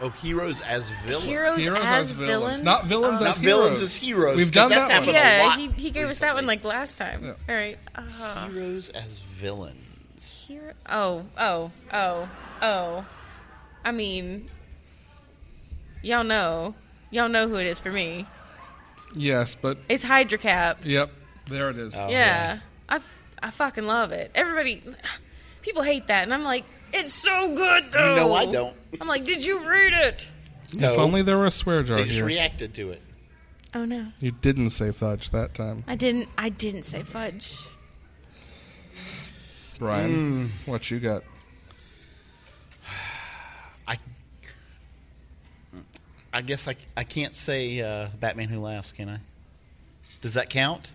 Speaker 4: Oh, heroes as villains.
Speaker 3: Heroes,
Speaker 1: Heroes
Speaker 3: as,
Speaker 1: as villains.
Speaker 3: villains. Um,
Speaker 1: Not villains
Speaker 4: Uh, Not
Speaker 1: as
Speaker 4: villains
Speaker 1: heroes.
Speaker 4: as heroes.
Speaker 1: We've
Speaker 4: 'cause
Speaker 1: done
Speaker 4: that's
Speaker 1: that one.
Speaker 4: happened a
Speaker 3: Yeah,
Speaker 4: lot
Speaker 3: he, he gave us that one
Speaker 4: recently.
Speaker 3: like last time. All right. Uh,
Speaker 4: heroes as villains.
Speaker 3: hero- oh, oh, oh, oh. I mean, y'all know. Y'all know who it is for me.
Speaker 1: Yes, but
Speaker 3: It's Hydra Cap.
Speaker 1: yep, there it is.
Speaker 4: Oh,
Speaker 3: yeah. I f I I, fucking love it. Everybody, people hate that. And I'm like, it's so good, though.
Speaker 4: know I don't.
Speaker 3: I'm like, did you read it?
Speaker 4: No,
Speaker 1: If only there were a swear jar
Speaker 4: they just
Speaker 1: here.
Speaker 4: reacted to it.
Speaker 3: Oh, no.
Speaker 1: you didn't say fudge that time,
Speaker 3: I didn't. I didn't say fudge.
Speaker 1: Brian.
Speaker 4: Mm.
Speaker 1: What you got?
Speaker 4: I, I guess I, I can't say uh, Batman Who Laughs, can I? Does that count?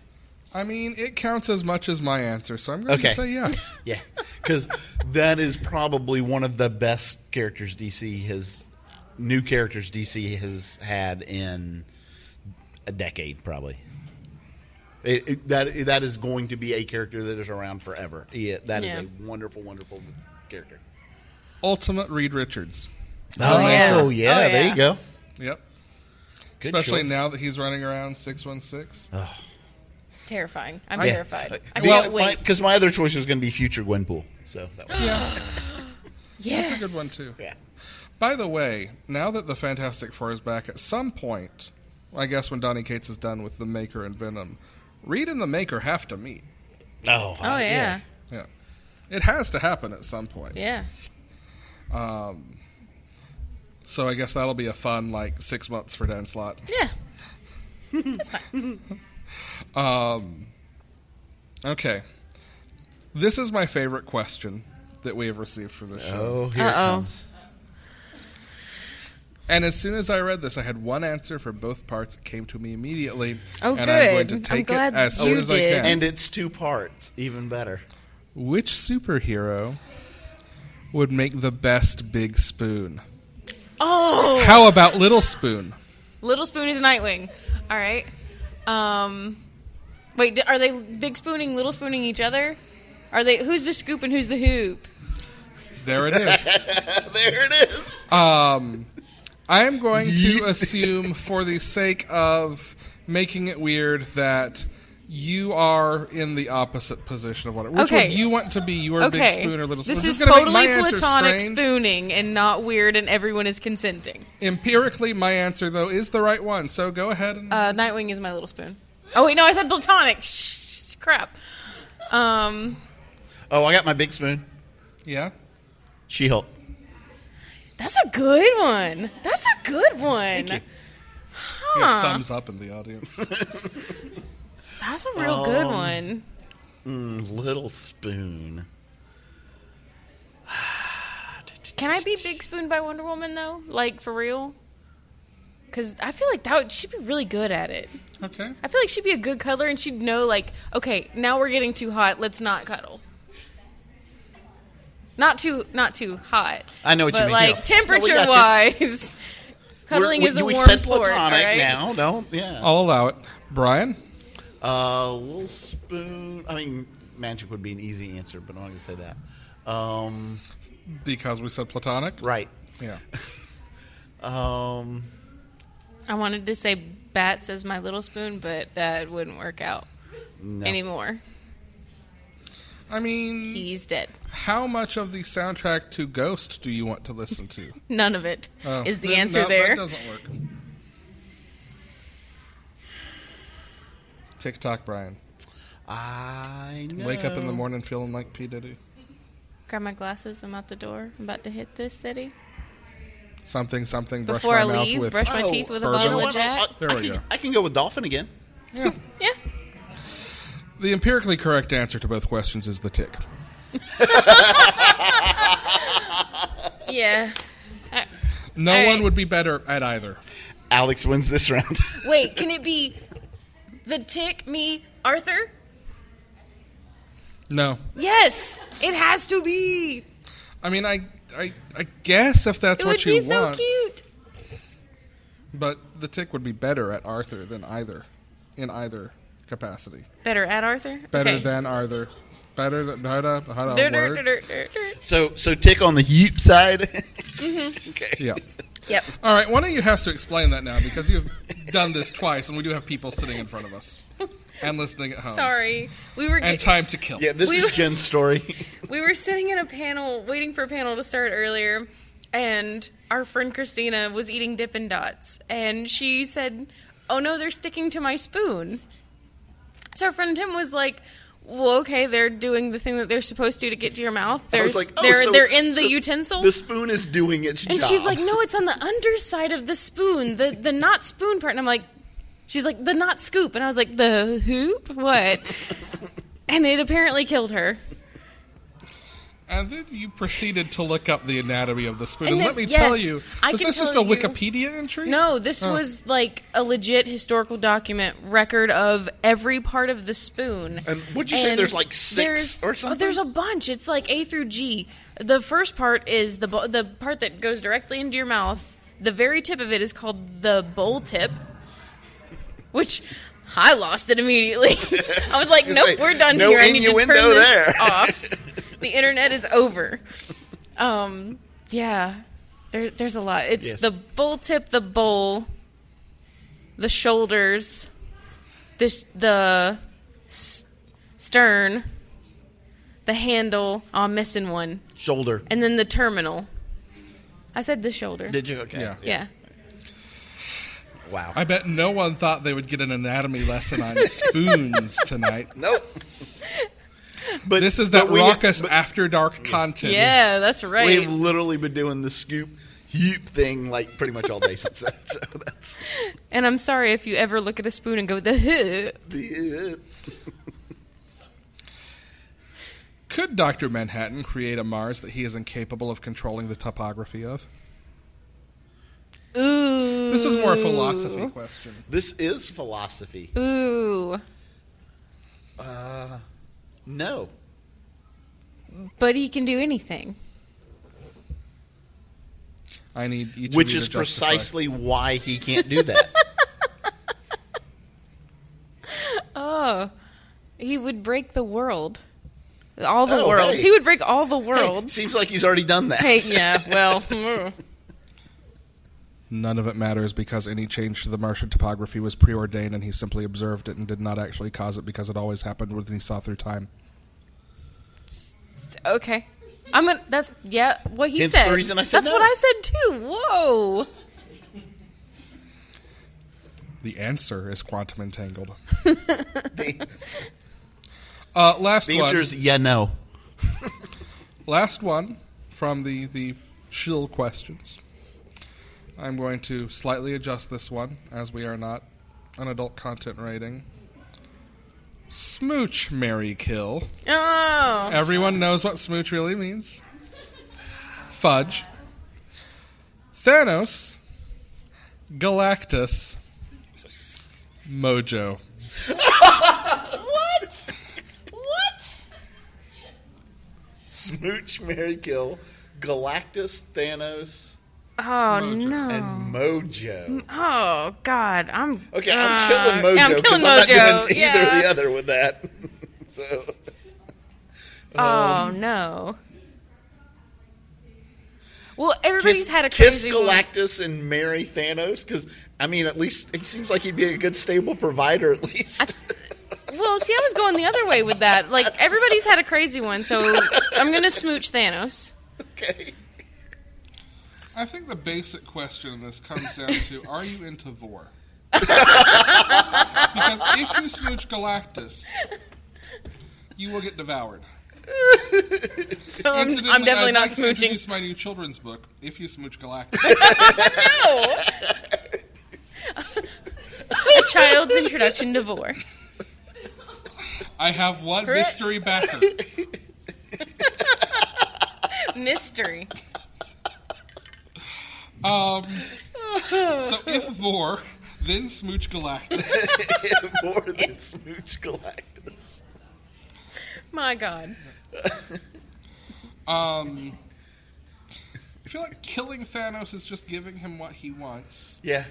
Speaker 1: I mean, it counts as much as my answer, so I'm going
Speaker 4: Okay.
Speaker 1: to say yes.
Speaker 4: Yeah, because that is probably one of the best characters DC has, new characters DC has had in a decade, probably. It, it- that that is going to be a character that is around forever. Yeah, that is
Speaker 3: Yeah.
Speaker 4: a wonderful, wonderful character.
Speaker 1: Ultimate Reed Richards.
Speaker 4: Oh,
Speaker 3: yeah.
Speaker 4: oh yeah,
Speaker 3: Oh,
Speaker 4: there
Speaker 3: yeah.
Speaker 4: you go.
Speaker 1: Yep.
Speaker 4: Good
Speaker 1: Especially
Speaker 4: choice.
Speaker 1: now that he's running around 616.
Speaker 3: Terrifying. I'm
Speaker 4: Yeah. Uh,
Speaker 3: terrified. I
Speaker 4: The-
Speaker 3: can't wait.
Speaker 4: Because my other choice was going to be future Gwenpool. So that was,
Speaker 1: yeah,
Speaker 3: yes.
Speaker 1: that's a good one, too.
Speaker 4: yeah.
Speaker 1: By the way, now that the Fantastic Four is back, at some point, I guess when Donny Cates is done with the Maker and Venom, Reed and the Maker have to meet.
Speaker 4: Oh,
Speaker 3: Oh
Speaker 4: uh,
Speaker 3: yeah.
Speaker 1: Yeah. It has to happen at some point.
Speaker 3: Yeah.
Speaker 1: So I guess that'll be a fun, like, six months for Dan Slott.
Speaker 3: Yeah.
Speaker 1: Okay. This is my favorite question that we have received for this show.
Speaker 4: Oh, here it
Speaker 3: Uh-oh.
Speaker 4: comes.
Speaker 1: And as soon as I read this, I had one answer for both parts. It came to me immediately.
Speaker 3: Oh,
Speaker 1: and I'm going
Speaker 3: good.
Speaker 1: to
Speaker 3: I'm
Speaker 1: take
Speaker 3: glad
Speaker 1: it as soon
Speaker 3: you
Speaker 1: as
Speaker 3: did.
Speaker 1: I can.
Speaker 4: And it's two parts, even better.
Speaker 1: Which superhero would make the best big spoon.
Speaker 3: Oh,
Speaker 1: How about Little Spoon?
Speaker 3: Little Spoon is Nightwing. All right. Um, wait, d- are they big spooning, little spooning each other? Are they who's the scoop and who's the hoop?
Speaker 1: There it is.
Speaker 4: there it is.
Speaker 1: Um, I am going to assume, for the sake of making it weird, that you are in the opposite position of what. Which
Speaker 3: Okay.
Speaker 1: would you want to be? Your big
Speaker 3: Okay,
Speaker 1: spoon or little spoon?
Speaker 3: this is
Speaker 1: gonna make
Speaker 3: totally
Speaker 1: my answer
Speaker 3: platonic
Speaker 1: strange.
Speaker 3: spooning and not weird, and everyone is consenting.
Speaker 1: Empirically, my answer though is the right one. So go ahead and
Speaker 3: Uh, Nightwing is my little spoon. Oh wait, no, I said platonic. Shh, crap. Um,
Speaker 4: Oh, I got my big spoon.
Speaker 1: yeah.
Speaker 4: She Hulk.
Speaker 3: that's a good one. That's a good one.
Speaker 1: You have thumbs up in the audience.
Speaker 3: That's a real good
Speaker 4: Um,
Speaker 3: one.
Speaker 4: Little spoon.
Speaker 3: Can I be Big Spoon by Wonder Woman though? Like for real? Because I feel like that would, she'd be really good at it.
Speaker 1: Okay.
Speaker 3: I feel like she'd be a good cuddler, and she'd know like, okay, now we're getting too hot. Let's not cuddle. Not too, not too hot.
Speaker 4: I know what you
Speaker 3: but
Speaker 4: mean.
Speaker 3: like
Speaker 4: No, we
Speaker 3: temperature
Speaker 4: got you.
Speaker 3: wise, cuddling
Speaker 4: We're-
Speaker 3: is a
Speaker 4: we
Speaker 3: warm
Speaker 4: said
Speaker 3: sport. all
Speaker 4: platonic
Speaker 3: right?
Speaker 4: now. No, yeah.
Speaker 1: I'll allow it. Brian,
Speaker 4: Uh, little spoon. I mean, magic would be an easy answer, but I'm not going to say that. Um,
Speaker 1: because we said platonic.
Speaker 4: right.
Speaker 1: Yeah.
Speaker 4: Um,
Speaker 3: I wanted to say bats as my little spoon, but that wouldn't work out
Speaker 4: no.
Speaker 3: anymore.
Speaker 1: I mean,
Speaker 3: He's dead.
Speaker 1: how much of the soundtrack to Ghost do you want to listen to? Is
Speaker 3: None of it is
Speaker 1: Oh.
Speaker 3: the answer there.
Speaker 1: That doesn't work. TikTok, Brian.
Speaker 4: I know.
Speaker 1: Wake up in the morning feeling like P Diddy.
Speaker 3: Grab my glasses. I'm out the door. I'm about to hit this city.
Speaker 1: Something, something. Brush
Speaker 3: Before
Speaker 1: my
Speaker 3: I
Speaker 1: mouth
Speaker 3: leave,
Speaker 1: with.
Speaker 3: brush my
Speaker 4: Oh,
Speaker 3: teeth with a
Speaker 1: bourbon.
Speaker 4: You know
Speaker 3: bottle of
Speaker 4: what? I-
Speaker 3: Jack.
Speaker 4: I-
Speaker 1: There
Speaker 4: I
Speaker 1: we
Speaker 4: can-
Speaker 1: go.
Speaker 4: I can go with dolphin again.
Speaker 1: Yeah.
Speaker 3: Yeah.
Speaker 1: The empirically correct answer to both questions is the tick.
Speaker 3: Yeah. I-
Speaker 1: No
Speaker 3: All
Speaker 1: one
Speaker 3: right.
Speaker 1: would be better at either.
Speaker 4: Alex wins this round.
Speaker 3: Wait, can it be the tick, me, Arthur?
Speaker 1: No.
Speaker 3: Yes, it has to be.
Speaker 1: I mean, I, I, I guess if that's
Speaker 3: It
Speaker 1: what
Speaker 3: would
Speaker 1: you
Speaker 3: be
Speaker 1: want,
Speaker 3: so cute.
Speaker 1: but the tick would be better at Arthur than either, in either capacity.
Speaker 3: Better at Arthur?
Speaker 1: Better
Speaker 3: Okay.
Speaker 1: than Arthur. Better than. Hold up. Hold on.
Speaker 3: Dur, dur,
Speaker 1: words.
Speaker 3: dur, dur, dur.
Speaker 4: so, so tick on the heap side.
Speaker 3: Mm-hmm.
Speaker 4: Okay.
Speaker 1: Yeah.
Speaker 3: Yep.
Speaker 1: All right. One of you has to explain that now because you've done this twice, and we do have people sitting in front of us and listening at home.
Speaker 3: Sorry. We were
Speaker 1: Um, And
Speaker 3: ge-
Speaker 1: time to kill.
Speaker 4: Yeah, this
Speaker 3: We-
Speaker 4: is Jen's story.
Speaker 3: we were sitting in a panel waiting for a panel to start earlier and our friend christina was eating dippin' dots and she said oh no they're sticking to my spoon so our friend tim was like well okay they're doing the thing that they're supposed to to get to your mouth
Speaker 4: I
Speaker 3: they're,
Speaker 4: was like, oh,
Speaker 3: they're,
Speaker 4: so-
Speaker 3: they're in the
Speaker 4: so
Speaker 3: utensil
Speaker 4: The spoon is doing its
Speaker 3: and
Speaker 4: job.
Speaker 3: she's like no it's on the underside of the spoon the, the not spoon part and i'm like she's like the not scoop and i was like the hoop what and it apparently killed her
Speaker 1: And then you proceeded to look up the anatomy of the spoon. And,
Speaker 3: And
Speaker 1: let
Speaker 3: then-
Speaker 1: me tell
Speaker 3: yes,
Speaker 1: you,
Speaker 3: I
Speaker 1: was
Speaker 3: can
Speaker 1: this just a
Speaker 3: tell you-
Speaker 1: Wikipedia entry?
Speaker 3: No,
Speaker 4: Oh.
Speaker 3: this was like a legit historical document record of every part of the spoon.
Speaker 4: And would you say
Speaker 3: And
Speaker 4: there's like six
Speaker 3: there's-
Speaker 4: or
Speaker 3: Oh, there's a
Speaker 4: something?
Speaker 3: bunch. It's like A through G. The first part is the bo- the part that goes directly into your mouth. The very tip of it is called the bowl tip, which I lost it immediately. I was like,
Speaker 4: It's
Speaker 3: "Nope,
Speaker 4: like,
Speaker 3: we're done
Speaker 4: no
Speaker 3: here. I need to turn
Speaker 4: innuendo
Speaker 3: this
Speaker 4: there.
Speaker 3: off. The internet is over." Um, yeah, there, there's a lot. It's
Speaker 4: Yes.
Speaker 3: the bowl tip, the bowl, the shoulders, this the s- stern, the handle. Oh, I'm missing one,
Speaker 4: shoulder.
Speaker 3: and then the terminal. I said the shoulder.
Speaker 4: Did you? Okay.
Speaker 1: Yeah.
Speaker 3: yeah.
Speaker 4: Wow.
Speaker 1: I bet no one thought they would get an anatomy lesson on spoons tonight.
Speaker 4: nope. But
Speaker 1: This is
Speaker 4: but
Speaker 1: that
Speaker 4: we-
Speaker 1: raucous
Speaker 4: but
Speaker 1: after dark content.
Speaker 3: Yeah, that's right.
Speaker 4: We've literally been doing the scoop heap thing like pretty much all day since then. So that's
Speaker 3: and I'm sorry if you ever look at a spoon and go the hoop.
Speaker 4: the. uh,
Speaker 1: Could Dr. Manhattan create a Mars that he is incapable of controlling the topography of?
Speaker 3: Ooh.
Speaker 1: This is more a philosophy question.
Speaker 4: This is philosophy.
Speaker 3: Ooh.
Speaker 4: Uh, no.
Speaker 3: But he can do anything.
Speaker 1: I need each. of
Speaker 4: which
Speaker 1: you to
Speaker 4: is
Speaker 1: justify.
Speaker 4: precisely why he can't do that.
Speaker 3: Oh, he would break the world, all the
Speaker 4: Oh,
Speaker 3: worlds.
Speaker 4: hey.
Speaker 3: He would break all the
Speaker 4: Hey,
Speaker 3: worlds.
Speaker 4: seems like he's already done that.
Speaker 3: Hey, yeah. Well, mm.
Speaker 1: None of it matters because any change to the Martian topography was preordained, and he simply observed it and did not actually cause it because it always happened when he saw through time.
Speaker 3: okay. I'm gonna. That's yeah. What he
Speaker 4: Hence the
Speaker 3: said.
Speaker 4: reason I said
Speaker 3: that's
Speaker 4: no.
Speaker 3: what I said too. Whoa.
Speaker 1: The answer is quantum entangled.
Speaker 4: The,
Speaker 1: Uh, last
Speaker 4: the
Speaker 1: one.
Speaker 4: answer is yeah, no.
Speaker 1: last one from the the shill questions. I'm going to slightly adjust this one as we are not an adult content rating. Smooch, Mary, kill.
Speaker 3: Oh.
Speaker 1: Everyone knows what smooch really means. Fudge. Thanos. Galactus. Mojo.
Speaker 3: What? What?
Speaker 4: Smooch, Mary Kill, Galactus, Thanos,
Speaker 3: Oh no.
Speaker 4: and Mojo.
Speaker 3: Oh God, I'm
Speaker 4: Okay,
Speaker 3: uh,
Speaker 4: I'm killing Mojo
Speaker 3: yeah, I'm
Speaker 4: because
Speaker 3: killing
Speaker 4: I'm, not
Speaker 3: Mojo,
Speaker 4: doing either
Speaker 3: yeah.
Speaker 4: or the other with that. so
Speaker 3: Oh no. Well, everybody's
Speaker 4: kiss,
Speaker 3: had a
Speaker 4: kiss
Speaker 3: crazy one.
Speaker 4: Galactus and marry Thanos because I mean, at least it seems like he'd be a good stable provider. At least
Speaker 3: Well, see, I was going the other way with that. Like everybody's had a crazy one, so I'm gonna smooch Thanos.
Speaker 4: okay.
Speaker 1: I think the basic question in this comes down to are you into Vor? because if you smooch Galactus, you will get devoured.
Speaker 3: So Um, I'm,
Speaker 1: Incidentally,
Speaker 3: I'm definitely
Speaker 1: I'd
Speaker 3: not
Speaker 1: like to
Speaker 3: smooching.
Speaker 1: introduce my new children's book, If You Smooch Galactus.
Speaker 3: No. a child's introduction to Vor.
Speaker 1: I have one
Speaker 3: Correct.
Speaker 1: mystery backer.
Speaker 3: Mystery.
Speaker 1: Um, so if Vor, then Smooch Galactus.
Speaker 4: More than Smooch Galactus.
Speaker 3: My God.
Speaker 1: Um, I feel like killing Thanos is just giving him what he wants,
Speaker 4: Yeah.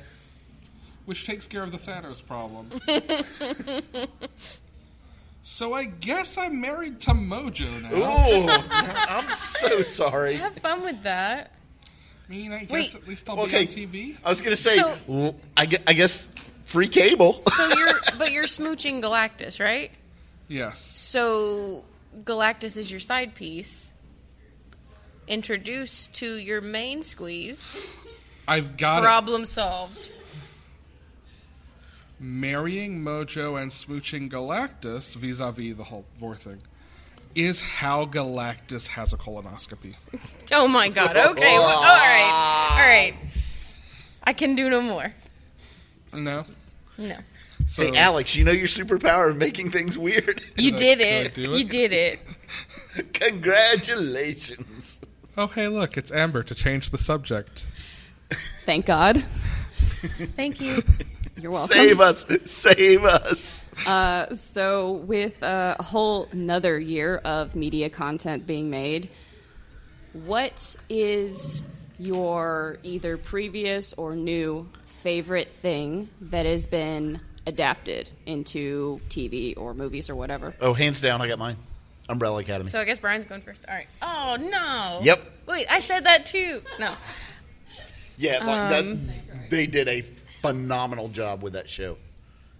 Speaker 1: which takes care of the Thanos problem. so I guess I'm married to Mojo now.
Speaker 4: Oh, I'm so sorry.
Speaker 3: Have fun with that.
Speaker 1: I mean, I guess
Speaker 3: Wait.
Speaker 1: at least I'll
Speaker 4: Okay.
Speaker 1: be on TV.
Speaker 4: I was gonna say,
Speaker 3: So-
Speaker 4: l- I, gue- I guess free cable.
Speaker 3: So you're, but you're smooching Galactus, right?
Speaker 1: Yes.
Speaker 3: So Galactus is your side piece. Introduce to your main squeeze.
Speaker 1: I've got it.
Speaker 3: Problem solved.
Speaker 1: marrying Mojo and smooching Galactus vis a vis the whole Vor thing is how Galactus has a colonoscopy.
Speaker 3: Oh my god. Okay. well, all right. All right. I can do no more.
Speaker 1: No?
Speaker 3: No.
Speaker 1: So,
Speaker 4: Hey, Alex, you know your superpower of making things weird.
Speaker 3: You did
Speaker 1: I-
Speaker 3: it.
Speaker 1: can I do it?
Speaker 3: You did it.
Speaker 4: Congratulations.
Speaker 1: oh, hey, look, it's Amber to change the subject.
Speaker 5: Thank God.
Speaker 3: Thank you.
Speaker 5: You're welcome.
Speaker 4: Save us. Save us.
Speaker 5: Uh, so, with uh, a whole another year of media content being made, what is your either previous or new favorite thing that has been adapted into TV or movies or whatever?
Speaker 4: Oh, hands down, I got mine. Umbrella Academy.
Speaker 3: So I guess Brian's going first. All right. Oh no.
Speaker 4: Yep.
Speaker 3: Wait, I said that too. No.
Speaker 4: yeah, like
Speaker 3: Um,
Speaker 4: that, they did a phenomenal job with that show,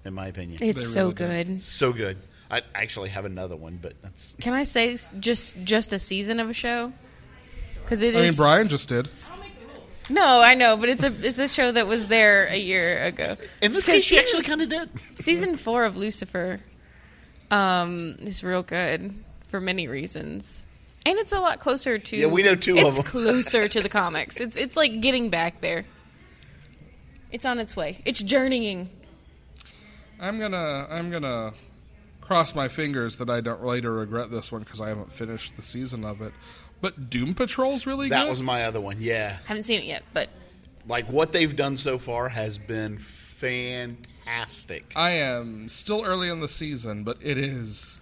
Speaker 4: in my opinion.
Speaker 3: It's
Speaker 1: They
Speaker 3: so
Speaker 1: really did.
Speaker 3: good.
Speaker 4: So good. I actually have another one, but that's
Speaker 3: Can I say s- just just a season of a show? Because it is.
Speaker 1: I mean, Brian just did.
Speaker 3: No, I know, but it's a it's a show that was there a year ago.
Speaker 4: in this
Speaker 3: So
Speaker 4: case, she
Speaker 3: season-
Speaker 4: actually kind of did.
Speaker 3: season four of Lucifer um, is real good for many reasons, and it's a lot closer to
Speaker 4: Yeah, we know two of
Speaker 3: it's
Speaker 4: them.
Speaker 3: closer to the comics. It's it's like getting back there. It's on its way. It's journeying.
Speaker 1: I'm gonna, I'm gonna cross my fingers that I don't later regret this one because I haven't finished the season of it. But Doom Patrol's really
Speaker 4: That
Speaker 1: good.
Speaker 4: was my other one. Yeah.
Speaker 3: Haven't seen it yet, but
Speaker 4: Like what they've done so far has been fantastic. Uh,
Speaker 1: I am still early in the season, but it is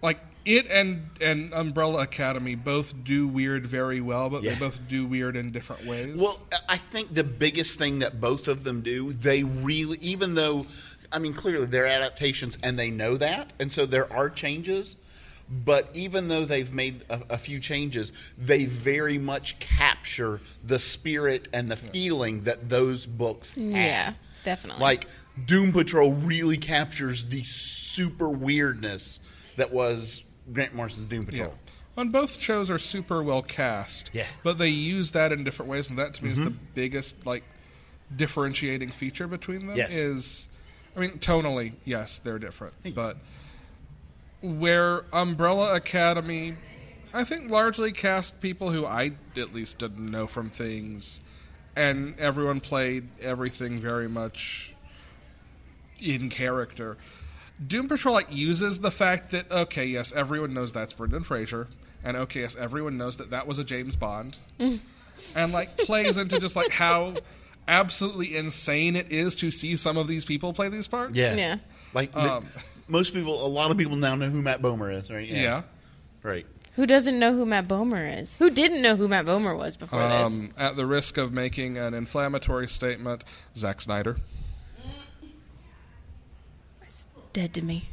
Speaker 1: like it and and Umbrella Academy both do weird very well, but
Speaker 4: Yeah.
Speaker 1: they both do weird in different ways.
Speaker 4: Well, I- I think the biggest thing that both of them do, they really, even though, I mean, clearly they're adaptations and they know that, and so there are changes. But even though they've made a, a few changes, they very much capture the spirit and the feeling that those books have.
Speaker 3: Yeah, definitely.
Speaker 4: Like Doom Patrol really captures the super weirdness that was Grant Morrison's Doom Patrol.
Speaker 1: Yeah. And both shows are super well cast.
Speaker 4: Yeah. Mm-hmm.
Speaker 1: But they use that in different ways, and that to me is the biggest like differentiating feature between them.
Speaker 4: Yes.
Speaker 1: Is, I mean, tonally, yes, they're different, but where Umbrella Academy, I think largely cast people who I at least didn't know from things, and everyone played everything very much in character. Doom Patrol like uses the fact that okay, yes, everyone knows that's Brendan Fraser, and okay, yes, everyone knows that that was a James Bond, and like plays into just like how absolutely insane it is to see some of these people play these parts.
Speaker 4: Yeah.
Speaker 3: Yeah.
Speaker 4: Like the-
Speaker 1: Um,
Speaker 4: most people, a lot of people now know who Matt Bomer is, right?
Speaker 1: yeah.
Speaker 4: Right.
Speaker 3: Who doesn't know who Matt Bomer is? Who didn't know who Matt Bomer was before this?
Speaker 1: Um, at the risk of making an inflammatory statement, Zack Snyder.
Speaker 3: Dead to me.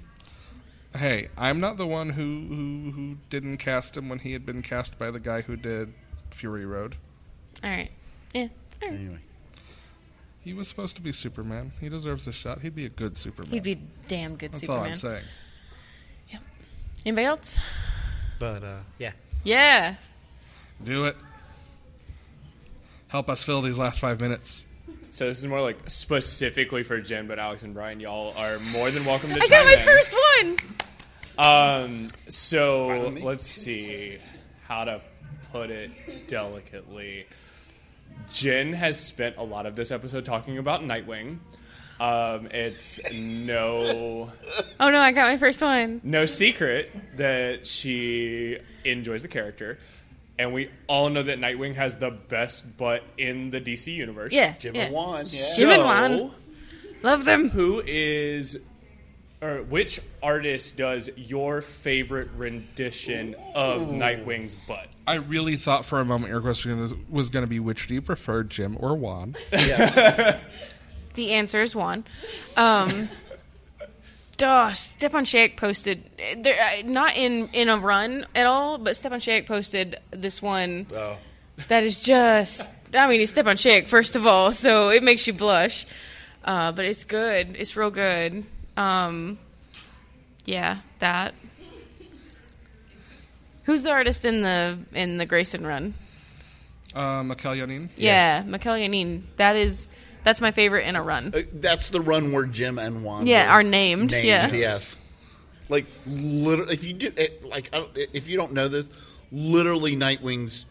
Speaker 1: Hey, I'm not the one who, who who didn't cast him when he had been cast by the guy who did Fury Road.
Speaker 3: All right. Yeah. All right.
Speaker 4: Anyway.
Speaker 1: He was supposed to be Superman. He deserves a shot. He'd be a good Superman.
Speaker 3: He'd be damn good
Speaker 1: That's all
Speaker 3: Superman.
Speaker 1: I'm saying.
Speaker 3: Anybody else?
Speaker 4: But uh, yeah.
Speaker 3: Yeah.
Speaker 1: Do it. Help us fill these last five minutes.
Speaker 6: So this is more like specifically for Jen, but Alex and Brian, y'all are more than welcome to
Speaker 3: I got
Speaker 6: chime
Speaker 3: my
Speaker 6: in.
Speaker 3: first one.
Speaker 6: Um, so
Speaker 4: Follow me.
Speaker 6: let's see how to put it delicately. Jen has spent a lot of this episode talking about Nightwing. Um, it's no
Speaker 3: Oh no, I got my first one.
Speaker 6: no secret that she enjoys the character, and we all know that Nightwing has the best butt in the DC universe.
Speaker 3: Yeah.
Speaker 4: Jim
Speaker 3: yeah.
Speaker 4: and Juan. Yeah.
Speaker 3: Jim and
Speaker 6: So-
Speaker 3: Juan. Love them.
Speaker 6: Who is, or which artist does your favorite rendition of Nightwing's butt?
Speaker 1: I really thought for a moment your question was- was going to be which do you prefer, Jim or Juan?
Speaker 3: The answer is Juan. Um, duh, Stepan Shayk posted, eh, there, eh, not in, in a run at all, but Stepan Shayk posted this one
Speaker 4: Oh.
Speaker 3: that is just, I mean, it's Stepan Shayk, first of all, so it makes you blush. Uh, but it's good. It's real good. Um, yeah, that. Who's the artist in the in the Grayson run?
Speaker 1: Uh, Mikhail Yanin?
Speaker 3: Yeah, Mikel Yanin. That is that's my favorite in a run.
Speaker 4: Uh, That's the run where Jim and Juan.
Speaker 3: Yeah,
Speaker 4: were
Speaker 3: are named, yeah.
Speaker 4: Yes. Like literally, if you do it, like I don't- if you don't know this, literally Nightwing's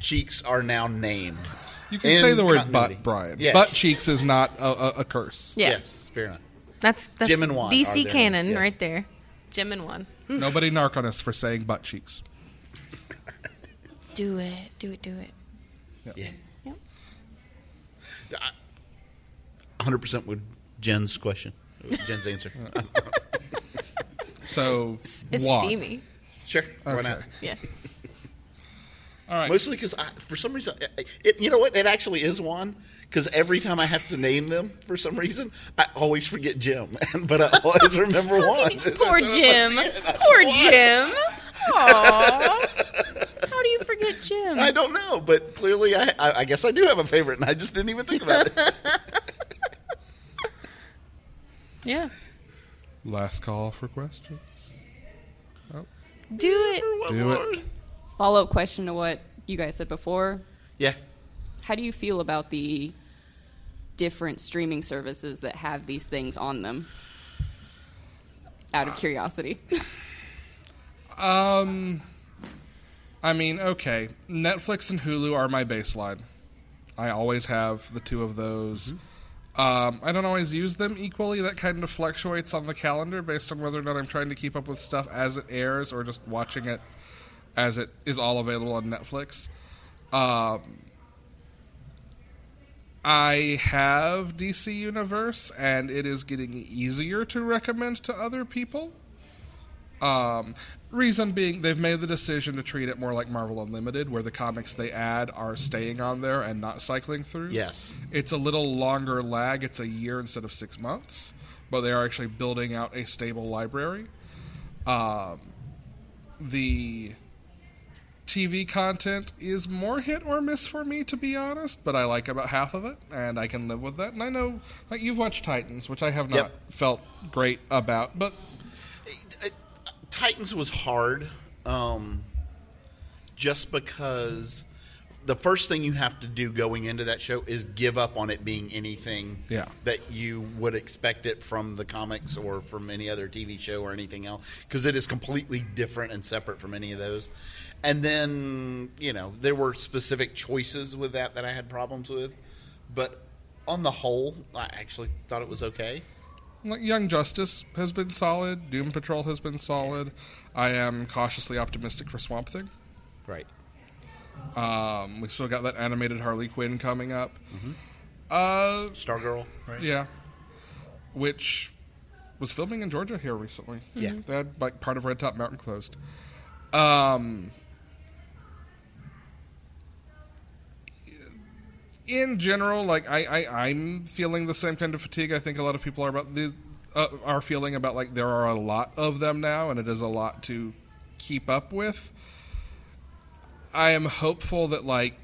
Speaker 4: cheeks are now named.
Speaker 1: You can
Speaker 4: In
Speaker 1: say the word
Speaker 4: continuity.
Speaker 1: butt, Brian.
Speaker 4: Yeah.
Speaker 1: Butt cheeks is not a, a, a curse.
Speaker 3: Yeah.
Speaker 4: Yes, fair enough.
Speaker 3: That's that's
Speaker 4: Jim and Juan are
Speaker 3: DC
Speaker 4: their
Speaker 3: canon
Speaker 4: names, yes.
Speaker 3: right there. Jim and Juan.
Speaker 1: Nobody narc on us for saying butt cheeks.
Speaker 3: Do it. Do it. Do it.
Speaker 4: Yeah.
Speaker 3: Yep.
Speaker 4: Hundred percent with Jen's question, Jen's answer.
Speaker 1: So,
Speaker 3: It's
Speaker 1: Juan.
Speaker 3: steamy.
Speaker 4: sure, why
Speaker 1: Okay.
Speaker 4: not?
Speaker 3: Yeah.
Speaker 1: All right.
Speaker 4: Mostly because for some reason, I- I- it, you know what? It actually is Juan. Because every time I have to name them for some reason, I always forget Jim, but I always remember Juan.
Speaker 3: Poor Jim. Poor Jim. Aww. How do you forget Jim?
Speaker 4: I don't know, but clearly, I, I, I guess I do have a favorite, and I just didn't even think about it.
Speaker 3: Yeah.
Speaker 1: last call for questions.
Speaker 3: Do it.
Speaker 1: Do it.
Speaker 5: Follow up question to what you guys said before.
Speaker 4: yeah,
Speaker 5: How do you feel about the different streaming services that have these things on them? Out of curiosity.
Speaker 1: Um, I mean, okay. Netflix and Hulu are my baseline. I always have the two of those. Um, I don't always use them equally. That kind of fluctuates on the calendar based on whether or not I'm trying to keep up with stuff as it airs or just watching it as it is all available on Netflix. Um, I have DC Universe, and it is getting easier to recommend to other people Um, reason being, they've made the decision to treat it more like Marvel Unlimited, where the comics they add are staying on there and not cycling through.
Speaker 4: Yes.
Speaker 1: It's a little longer lag, it's a year instead of six months, but they are actually building out a stable library. Um, the TV content is more hit or miss for me, to be honest, but I like about half of it, and I can live with that. And I know, like, you've watched Titans, which I have not
Speaker 4: Yep.
Speaker 1: felt great about, but
Speaker 4: it- Titans was hard, um, just because the first thing you have to do going into that show is give up on it being anything
Speaker 1: Yeah.
Speaker 4: that you would expect it from the comics or from any other TV show or anything else, because it is completely different and separate from any of those. And then you know there were specific choices with that that I had problems with, but on the whole, I actually thought it was okay.
Speaker 1: like, Young Justice has been solid, Doom Patrol has been solid. I am cautiously optimistic for Swamp Thing.
Speaker 4: Right.
Speaker 1: Um, we still got that animated Harley Quinn coming up. Uh,
Speaker 4: Stargirl. Right.
Speaker 1: yeah, which was filming in Georgia here recently.
Speaker 4: Yeah.
Speaker 1: they had like part of Red Top Mountain closed. Um, in general, like I, I, I'm feeling the same kind of fatigue. I think a lot of people are about the, uh, are feeling about like there are a lot of them now, and it is a lot to keep up with. I am hopeful that like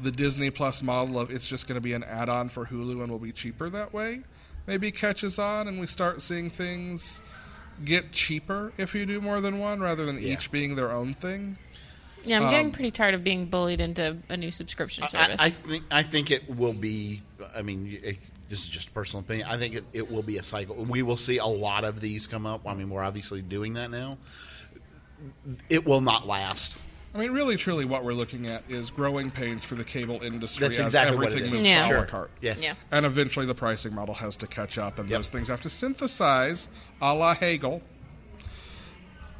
Speaker 1: the Disney Plus model of it's just going to be an add-on for Hulu and will be cheaper that way. Maybe catches on and we start seeing things get cheaper if you do more than one rather than
Speaker 4: Yeah.
Speaker 1: each being their own thing.
Speaker 3: Yeah, I'm getting
Speaker 1: Um,
Speaker 3: pretty tired of being bullied into a new subscription
Speaker 4: I-
Speaker 3: service.
Speaker 4: I, I think I think it will be. I mean, you- it, this is just a personal opinion. I think it, it will be a cycle. We will see a lot of these come up. I mean, we're obviously doing that now. It will not last.
Speaker 1: I mean, really, truly, what we're looking at is growing pains for the cable industry
Speaker 4: That's
Speaker 1: as
Speaker 4: exactly what it
Speaker 1: everything
Speaker 4: is.
Speaker 1: moves to a
Speaker 3: Yeah.
Speaker 1: la
Speaker 4: Sure.
Speaker 1: carte.
Speaker 4: Yeah.
Speaker 3: yeah.
Speaker 1: And eventually the pricing model has to catch up, and
Speaker 4: Yep.
Speaker 1: those things have to synthesize a la Hegel,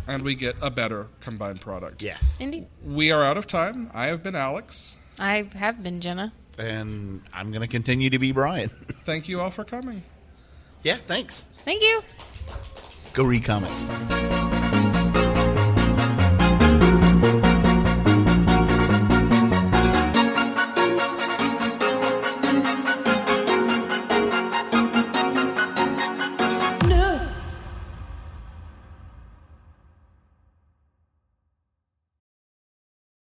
Speaker 1: and we get a better combined product.
Speaker 4: Yeah.
Speaker 3: Indeed.
Speaker 1: We are out of time. I have been Alex.
Speaker 3: I have been Jenna.
Speaker 4: And I'm going to continue to be Brian.
Speaker 1: Thank you all for coming.
Speaker 4: yeah. Thanks.
Speaker 3: Thank you.
Speaker 4: Go read comics.